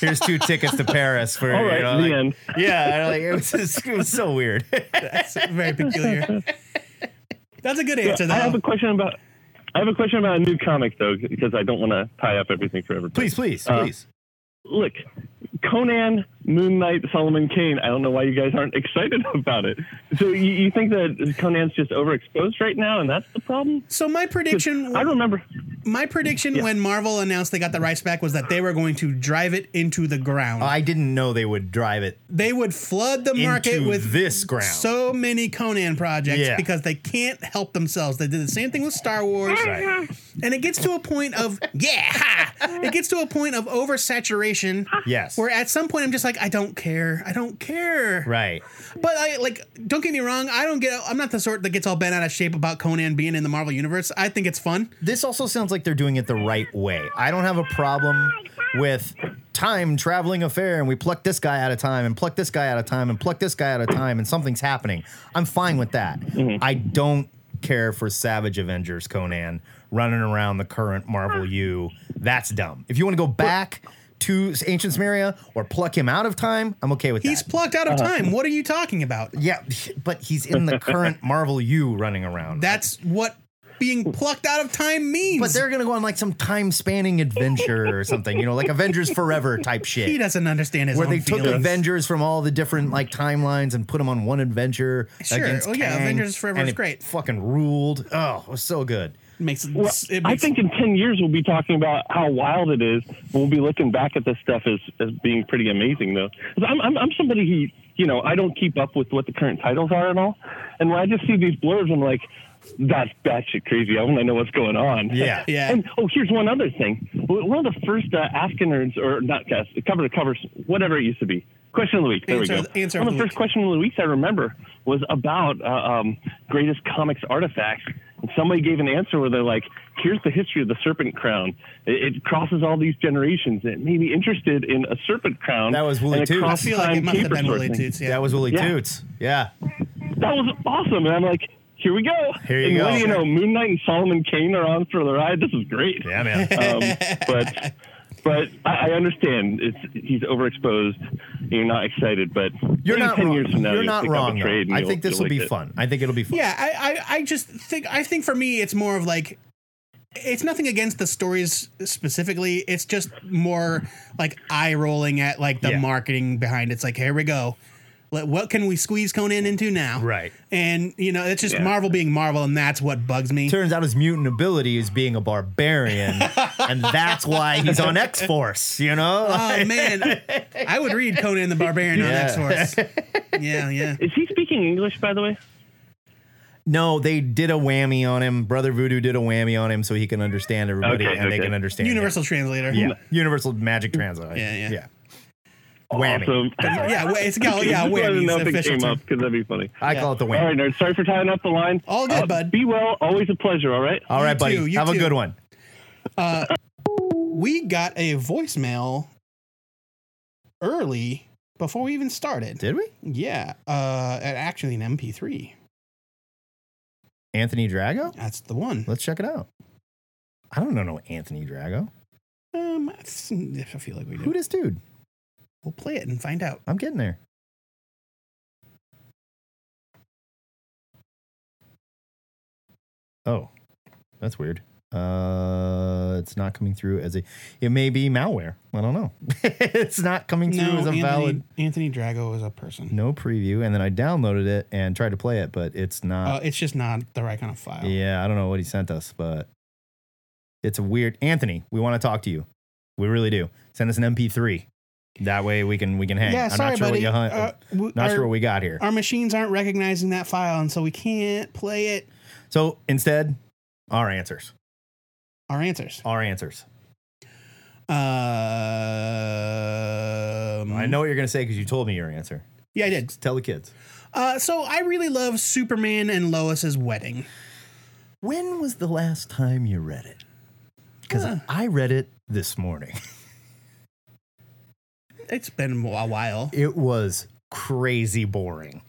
here's two tickets to Paris for, All right, you know, the like- end. yeah. and, Like, it, was just, it was so weird. That's very peculiar. That's a good answer, though. I have a question about. I have a question about a new comic though, because I don't want to tie up everything for everybody. Please, please, Uh, please. Look, Conan, Moon Knight, Solomon Kane. I don't know why you guys aren't excited about it. So you, you think that Conan's just overexposed right now, and that's the problem? So my prediction. I remember. My prediction when Marvel announced they got the rights back was that they were going to drive it into the ground. I didn't know they would drive it. They would flood the market into with this ground. so many Conan projects Yeah. because they can't help themselves. They did the same thing with Star Wars. Right. And it gets to a point of yeah, ha! it gets to a point of oversaturation. Yes. Where at some point I'm just like I don't care. I don't care. Right. But I like don't get me wrong, I don't get I'm not the sort that gets all bent out of shape about Conan being in the Marvel universe. I think it's fun. This also sounds like they're doing it the right way. I don't have a problem with time traveling affair and we pluck this guy out of time and pluck this guy out of time and pluck this guy out of time and something's happening. I'm fine with that. I don't care for Savage Avengers Conan running around the current Marvel U. That's dumb. If you want to go back to ancient Samaria or pluck him out of time, I'm okay with He's that. plucked out of time. What are you talking about? Yeah, but he's in the current Marvel U running around. That's what being plucked out of time means. But they're gonna go on like some time spanning adventure or something, you know, like Avengers Forever type shit. He doesn't understand his where own they took feelings. Avengers from all the different like timelines and put them on one adventure. Sure. against Well, yeah, Kang, Avengers Forever and is it great. Fucking ruled. Oh, it was so good. makes, it Well, makes I think in 10 years we'll be talking about how wild it is. and We'll be looking back at this stuff as, as being pretty amazing, though. 'Cause I'm, I'm, I'm somebody who, you know, I don't keep up with what the current titles are and all. And when I just see these blurbs, I'm like, that's batshit crazy. I want to know what's going on. Yeah. Yeah. And oh, here's one other thing. W- One of the first uh, Ask a Nerds, or not Ask, cover to covers, whatever it used to be. Question of the week. There we Answer- go. answer One of of the the first question of the weeks I remember was about uh, um, greatest comics artifacts. And somebody gave an answer where they're like, here's the history of the serpent crown. It, it crosses all these generations. It made me interested in a serpent crown. That was Willie and a Toots. cross time paper sort of thing. That was Willie Yeah. Toots. Yeah. That was awesome. And I'm like, here we go. Here you and go. What do you know? Moon Knight and Solomon Kane are on for the ride. This is great. Yeah, man. um, but but I, I understand. It's he's overexposed. And you're not excited, but You're maybe not ten wrong. years from now, You're you'll not pick up a wrong. though. Trade and I you'll- think this you'll will be like it. fun. I think it'll be fun. Yeah, I, I, I just think I think for me it's more of like it's nothing against the stories specifically. It's just more like eye rolling at like the Yeah. marketing behind. It's like here we go. Let- What can we squeeze Conan into now? Right. And you know, it's just Yeah. Marvel being Marvel, and that's what bugs me. Turns out his mutant ability is being a barbarian, and that's why he's on X Force. You know? Oh man, I would read Conan the Barbarian on X Force. Yeah, yeah. Is he speaking English, by the way? No, they did a whammy on him. Brother Voodoo did a whammy on him so he can understand everybody Okay, and they okay. can understand. him. Universal translator. Yeah. Universal Magic Translator. Yeah, yeah. yeah. Whammy. Awesome. Yeah, wa- it's got- Okay, yeah, just wanted whammy to is know the if it official came term. up because that'd be funny. I call it the whammy. All right, nerd. Sorry for tying up the line. Uh, All good, bud. Be well. Always a pleasure. All right. All right, buddy. too, you Have too. a good one. Uh, we got a voicemail early before we even started. Did we? Yeah. Uh, and actually, an MP3. Anthony Drago? That's the one. Let's check it out. I don't know no Anthony Drago. Um, I s- I feel like we Who do. this dude? We'll play it and find out. I'm getting there. Oh, that's weird. Uh, it's not coming through as a. It may be malware. I don't know. it's not coming through No, as a Anthony, valid. Anthony Drago is a person. No preview, and then I downloaded it and tried to play it, but it's Uh, not. it's just not the right kind of file. yeah, I don't know what he sent us, but it's a weird. Anthony, we want to talk to you. We really do. Send us an MP3. That way we can we can hang. Yeah, I'm sorry, not sure buddy. what you hunt. Uh, w- not our- sure what we got here. Our machines aren't recognizing that file, and so we can't play it. So instead, our answers. Our answers. Our answers. Um, I know what you're gonna say because you told me your answer. Yeah, I did. Tell the kids. Uh, so I really love Superman and Lois's wedding. When was the last time you read it? Because I read it this morning. It's been a while. It was crazy boring.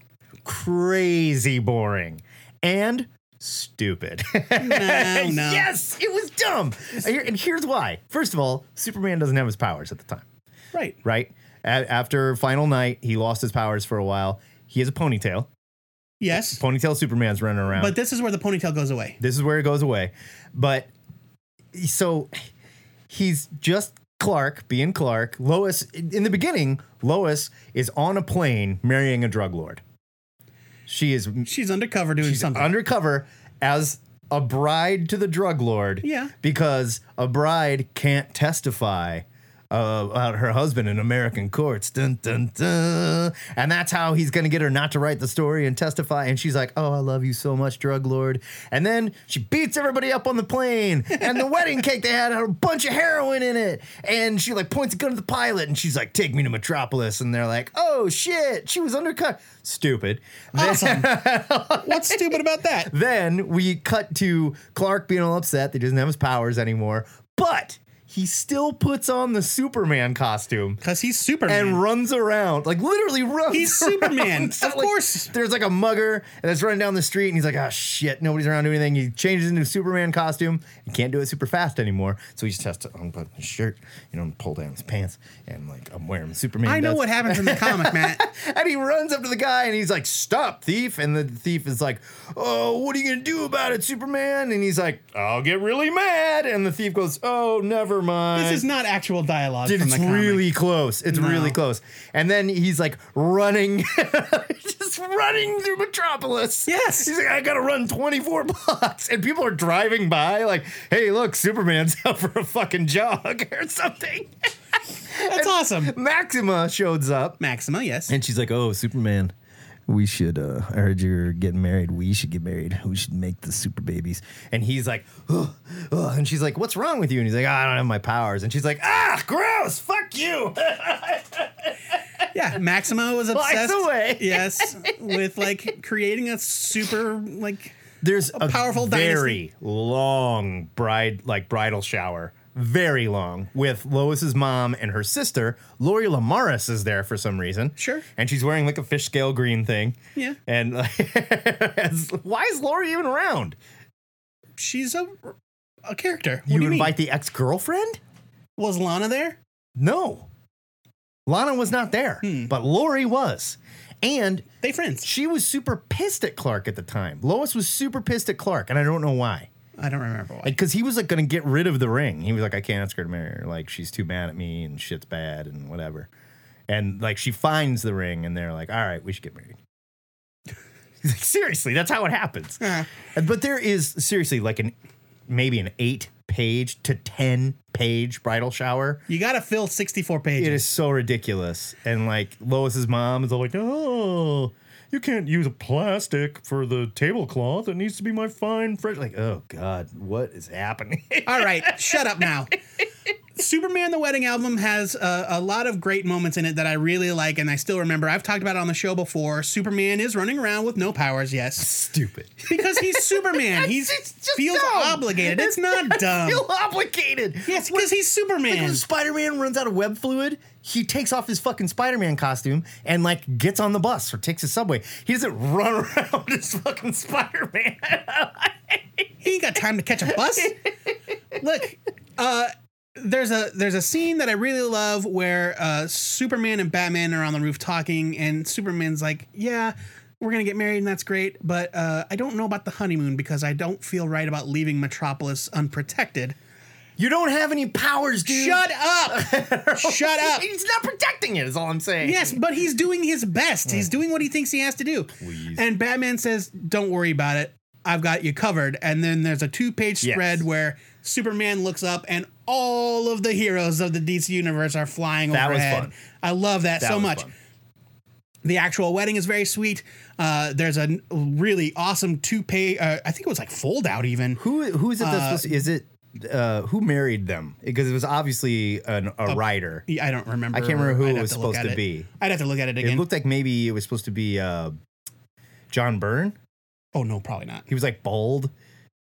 Crazy boring. And stupid. no. Yes, it was dumb. Here- And here's why. First of all, Superman doesn't have his powers at the time, Right. right? A- after Final Night, he lost his powers for a while. He has a ponytail. Yes. Ponytail Superman's running around. But this is where the ponytail goes away. This is where it goes away. But so he's just Clark being Clark. Lois, in the beginning, Lois is on a plane marrying a drug lord. She is She's undercover doing she's something. undercover as a bride to the drug lord. Yeah. Because a bride can't testify uh, about her husband in American courts. Dun, dun, dun. And that's how he's going to get her not to write the story and testify. And she's like, Oh, I love you so much, drug lord. And then she beats everybody up on the plane. And the wedding cake they had had a bunch of heroin in it. And she like points a gun at the pilot and she's like, Take me to Metropolis. And they're like, Oh shit, she was undercut. Stupid. Then- Awesome. What's stupid about that? then we cut to Clark being all upset that he doesn't have his powers anymore, but he still puts on the Superman costume Because he's Superman. and runs around, like literally runs. He's around. Superman. So, Of like, course. There's like a mugger that's running down the street, and he's like, "Oh shit, nobody's around doing anything." He changes into a Superman costume. He can't do it super fast anymore, so he just has to unbutton his shirt, you know, and pull down his pants, and like I'm wearing Superman. I know does. what happens in the comic, Matt. And he runs up to the guy and he's like, Stop, thief. And the thief is like, Oh, what are you going to do about it, Superman? And he's like, I'll get really mad. And the thief goes, Oh, never mind. This is not actual dialogue Dude, from it's the comic. really close. It's No. really close. And then he's like running, just running through Metropolis. Yes. He's like, I gotta run 24 blocks. And people are driving by, like, hey, look, Superman's out for a fucking jog or something. That's awesome. Maxima shows up. Maxima, yes. And she's like, "Oh, Superman, we should. Uh, I heard you're getting married. We should get married. We should make the super babies." And he's like, "Ugh, ugh." "And she's like, what's wrong with you?" And he's like, "Ah, "I don't have my powers." And she's like, "Ah, gross. Fuck you." Yeah, Maxima was obsessed. away. yes, with like creating a super like There's a, powerful very long bride like bridal shower. Very long with Lois's mom and her sister. Lori Lamaris is there for some reason. Sure. And she's wearing like a fish scale green thing. Yeah. And why is Lori even around? she's a a character. What you, do you invite the ex girlfriend? mean? Was Lana there? No. Lana was not there, but Lori was. And Hmm. They friends. she was super pissed at Clark at the time. Lois was super pissed at Clark, and I don't know why. I don't remember why. Because he was like going to get rid of the ring. He was like, I can't ask her to marry her. Like, she's too mad at me and shit's bad and whatever. And like, she finds the ring and they're like, all right, we should get married. He's like, seriously, that's how it happens. But there is seriously like an maybe an eight page to 10 page bridal shower. You got to fill 64 pages. It is so ridiculous. And like, Lois's mom is all like, oh. You can't use a plastic for the tablecloth. It needs to be my fine fresh. Like, oh God, what is happening? All right, shut up now. Superman the Wedding Album has a, a lot of great moments in it that I really like and I still remember. I've talked about it on the show before. Superman is running around with no powers, yes. Stupid. Because he's Superman. He feels dumb. obligated. It's not dumb. feel obligated. Yes, because he's Like Superman. when Spider-Man runs out of web fluid, he takes off his fucking Spider-Man costume and like gets on the bus or takes the subway. He doesn't run around as fucking Spider-Man. he ain't got time to catch a bus. Look, uh, there's a there's a scene that I really love where uh, Superman and Batman are on the roof talking, and Superman's like, "Yeah, we're gonna get married, and that's great, but uh, I don't know about the honeymoon because I don't feel right about leaving Metropolis unprotected." You don't have any powers, dude. Shut up! Shut up! He's not protecting it, is all I'm saying. Yes, but he's doing his best. He's doing what he thinks he has to do. And Batman says, "Don't worry about it. I've got you covered." And then there's a two-page Yes. spread where Superman looks up and all of the heroes of the DC universe are flying That was overhead. fun. I love that, That so was much. fun. The actual wedding is very sweet. Uh, there's a n- really awesome two-page. Uh, I think it was like fold out even. Who who is it that's Uh, supposed to, is it uh, who married them? Because it was obviously an, a writer. Yeah, I don't remember. I can't remember who I'd it have was look supposed at to it. be. I'd have to look at it again. It looked like maybe it was supposed to be uh, John Byrne. oh no, probably not. He was like bald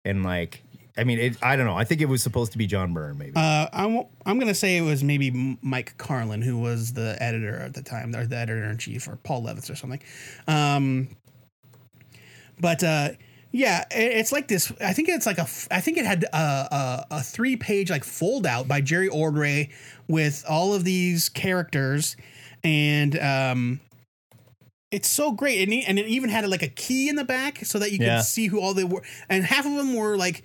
and like I mean it, I don't know. I think it was supposed to be John Byrne maybe. Uh, I won't, I'm going to say it was maybe M- Mike Carlin, who was the editor at the time, or the editor in chief, or Paul Levitz or something. Um, but uh, yeah, i- it's like this. I think it's like a. f- I think it had a, a, a three page like fold out by Jerry Ordway with all of these characters, and um, it's so great. And, he, and it even had like a key in the back so that you Yeah. could see who all they were. And half of them were like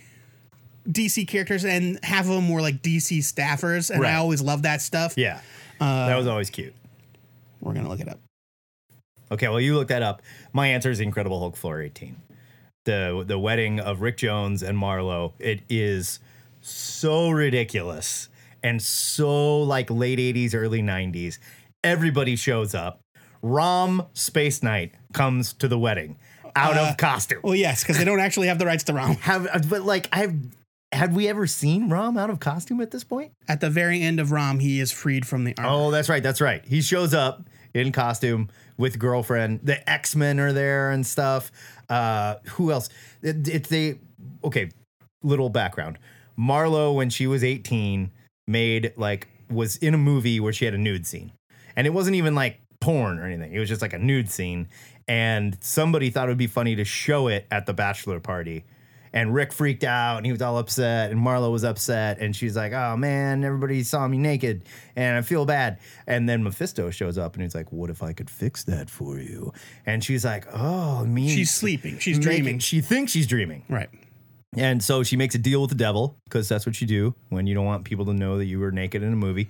DC characters, and half of them were like DC staffers. And Right. I always love that stuff. yeah. Uh, that was always cute. We're gonna look it up. Okay, well you look that up. My answer is Incredible Hulk floor 18. The the wedding of Rick Jones and Marlo. It is so ridiculous and so like late 80s early 90s. Everybody shows up. Rom Space Knight comes to the wedding out Uh, of costume. Well, yes, because they don't actually have the rights to Rom. Have uh, but like I've had we ever seen Rom out of costume at this point? At the very end of Rom, he is freed from the armor. Oh, that's right. That's right. He shows up in costume with girlfriend. The X Men are there and stuff. Uh, who else? It, it, they okay. Little background. Marlo, when she was eighteen, made like was in a movie where she had a nude scene, and it wasn't even like porn or anything. It was just like a nude scene, and somebody thought it would be funny to show it at the bachelor party. And Rick freaked out and he was all upset. And Marlo was upset. And she's like, oh man, everybody saw me naked and I feel bad. And then Mephisto shows up and he's like, what if I could fix that for you? And she's like, oh, me. She's sleeping. She's making- dreaming. She thinks she's dreaming. Right. And so she makes a deal with the devil because that's what you do when you don't want people to know that you were naked in a movie.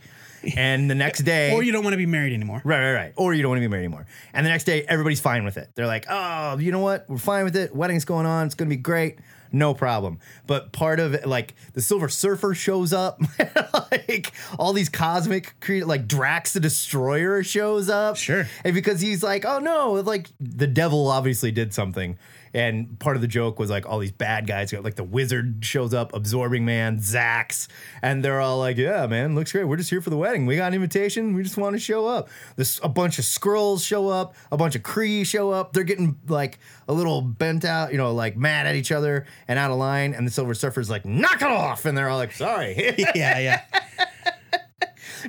And the next day. Or you don't want to be married anymore. Right, right, right. Or you don't want to be married anymore. And the next day, everybody's fine with it. They're like, oh, you know what? We're fine with it. Wedding's going on. It's going to be great. No problem. But part of it, like the Silver Surfer shows up, like all these cosmic cre- like Drax the Destroyer shows up. Sure. And because he's like, oh no, like the devil obviously did something. And part of the joke was like all these bad guys, like the wizard shows up, absorbing man, Zax, and they're all like, "Yeah, man, looks great. We're just here for the wedding. We got an invitation. We just want to show up." This a bunch of Skrulls show up, a bunch of Kree show up. They're getting like a little bent out, you know, like mad at each other and out of line. And the Silver Surfer's like, "Knock it off!" And they're all like, "Sorry." yeah, yeah.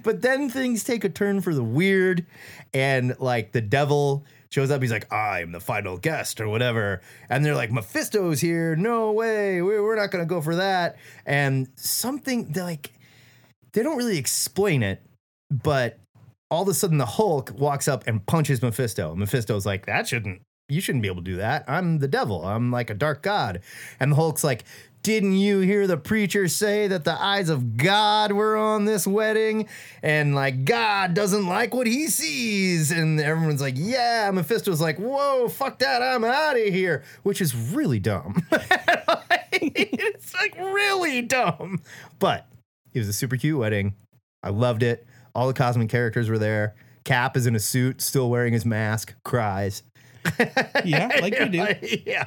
But then things take a turn for the weird, and like the devil shows up. He's like, I am the final guest, or whatever. And they're like, Mephisto's here. No way. We- We're not going to go for that. And something, they're like, they don't really explain it, but all of a sudden the Hulk walks up and punches Mephisto. Mephisto's like, that shouldn't, you shouldn't be able to do that. I'm the devil. I'm like a dark god. And the Hulk's like, didn't you hear the preacher say that the eyes of God were on this wedding? And like, God doesn't like what he sees. And everyone's like, yeah. Mephisto's like, whoa, fuck that. I'm out of here, which is really dumb. it's like really dumb. But it was a super cute wedding. I loved it. All the cosmic characters were there. Cap is in a suit, still wearing his mask, cries. yeah, like you do. yeah.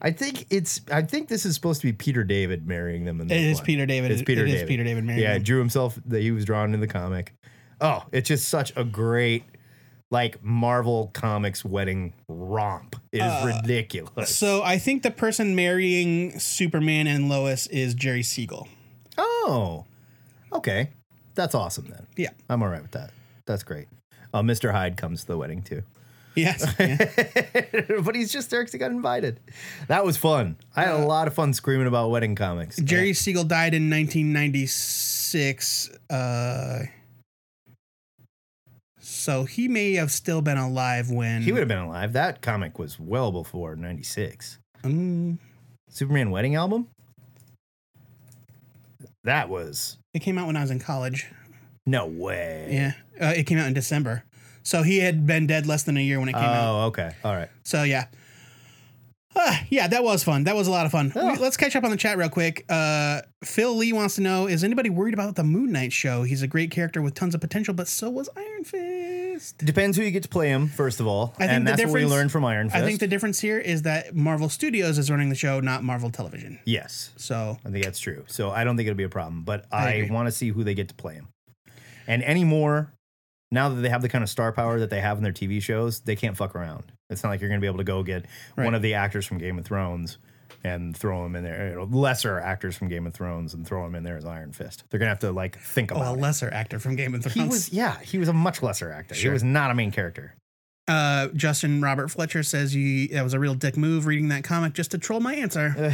I think it's I think this is supposed to be Peter David marrying them in this It is one. Peter David. It's It- Peter it is David. Peter David marrying Yeah, them. drew himself that he was drawn in the comic. Oh, it's just such a great like Marvel Comics wedding romp. It is Uh, ridiculous. So I think the person marrying Superman and Lois is Jerry Siegel. Oh, okay. That's awesome then. Yeah. I'm all right with that. That's great. Uh, Mr. Hyde comes to the wedding too. Yes. but he's just there because he got invited. That was fun. I Uh, had a lot of fun screaming about wedding comics. Jerry Siegel died in 1996. Uh, so he may have still been alive when He would have been alive. That comic was well before 96. Um, Superman Wedding Album? That was It came out when I was in college. no way. Yeah, uh, it came out in December. So he had been dead less than a year when it Oh, came out. okay. All right. So yeah. Ah, yeah, that was fun. That was a lot of fun. Oh. We- let's catch up on the chat real quick. Uh, Phil Lee wants to know: Is anybody worried about the Moon Knight show? He's a great character with tons of potential, but so was Iron Fist. Depends who you get to play him, first of all. and that's what we learned from Iron Fist. I think the difference here is that Marvel Studios is running the show, not Marvel Television. Yes. So I think that's true. So I don't think it'll be a problem, but I I, agree. want to see who they get to play him. And anymore, now that they have the kind of star power that they have in their TV shows, they can't fuck around. It's not like you're going to be able to go get one Right. of the actors from Game of Thrones and throw him in there, or lesser actors from Game of Thrones and throw him in there as Iron Fist. They're going to have to like think Oh, a about it. lesser actor from Game of Thrones. He was, yeah, he was a much lesser actor. Sure. He was not a main character. Uh, Justin Robert Fletcher says you that was a real dick move reading that comic just to troll my answer.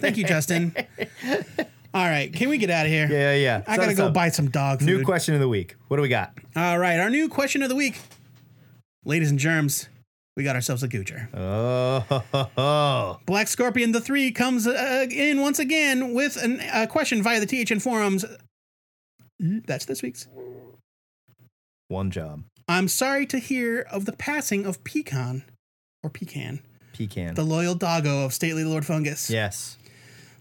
Thank you, Justin. All right, can we get out of here? Yeah, yeah. I gotta Thumbs go up. buy some dog food. New question of the week. What do we got? All right, our new question of the week, ladies and germs, we got ourselves a goocher. Oh, Black Scorpion the Three comes uh, in once again with an- a question via the THN forums. Mm, That's this week's. one job. I'm sorry to hear of the passing of Pecan, or Pecan, Pecan. the loyal doggo of stately Lord Fungus. yes.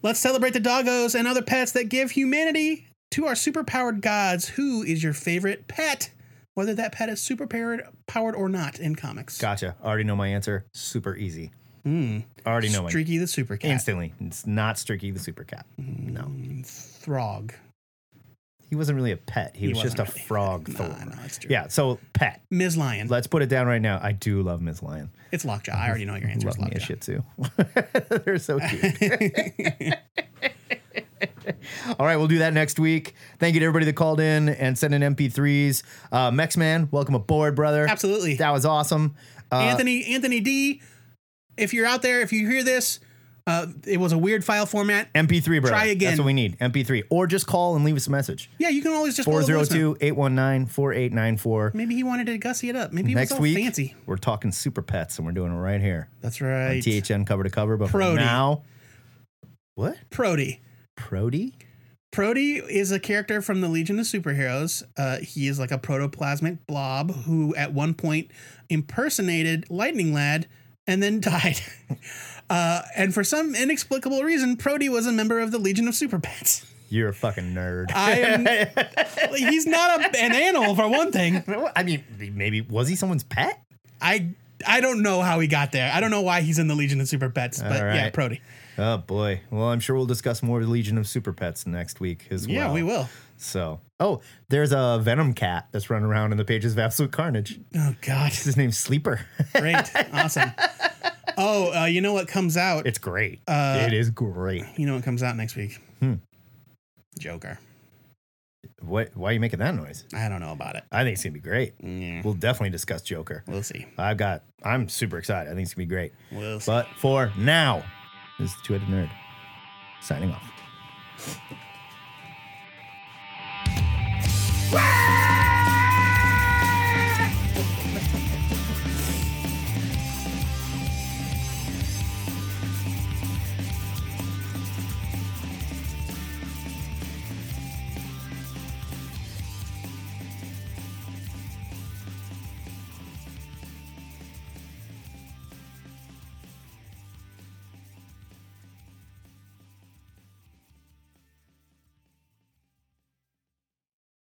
Let's celebrate the doggos and other pets that give humanity to our superpowered gods. Who is your favorite pet? Whether that pet is superpowered powered or not in comics. Gotcha. Already know my answer. Super easy. Mm. Already know my Streaky the Super Cat. Mm, Instantly. It's not Streaky the Super Cat. No. Throg. He wasn't really a pet. He, He was just a wasn't frog thor. Yeah, so pet. Ms. Lion. Let's put it down right now. I do love Ms. Lion. It's Lockjaw. I already know your answer is Love me Lockjaw. a Shih Tzu. They're so cute. All right, we'll do that next week. Thank you to everybody that called in and sent in MP3s. Uh, Mex Man, welcome aboard, brother. Absolutely. That was awesome. Uh, Anthony Anthony D, if you're out there, if you hear this, uh, it was a weird file format. MP3, brother. Try again. That's what we need. MP3. Or just call and leave us a message. Yeah, you can always just blow the voicemail. 402 819 4894. Maybe he wanted to gussy it up. Maybe he was Next all week, fancy. we're talking super pets and we're doing it right here. That's On right. THN cover to cover. But for Prody. now, what? Prody. Prody? Prody is a character from the Legion of Superheroes. Uh, he is like a protoplasmic blob who, at one point, impersonated Lightning Lad and then died. uh, and for some inexplicable reason, Prody was a member of the Legion of Super Pets. You're a fucking nerd. I am. he's not a, an animal for one thing. I mean, maybe was he someone's pet? I I don't know how he got there. I don't know why he's in the Legion of Super Pets, but All yeah, right. Prody. Oh, boy. Well, I'm sure we'll discuss more Legion of Super Pets next week as well. Yeah, we will. So, oh, there's a Venom cat that's running around in the pages of Absolute Carnage. Oh God, his name's Sleeper. Great, awesome. Oh, uh, you know what comes out? It's great. Uh, it is great. You know what comes out next week? Hmm. Joker. What? Why are you making that noise? I don't know about it. I think it's gonna be great. We'll definitely discuss Joker. We'll see. I've got. I'm super excited. I think it's gonna be great. We'll see. But for now, this is the Two-Headed Nerd signing off. Wah!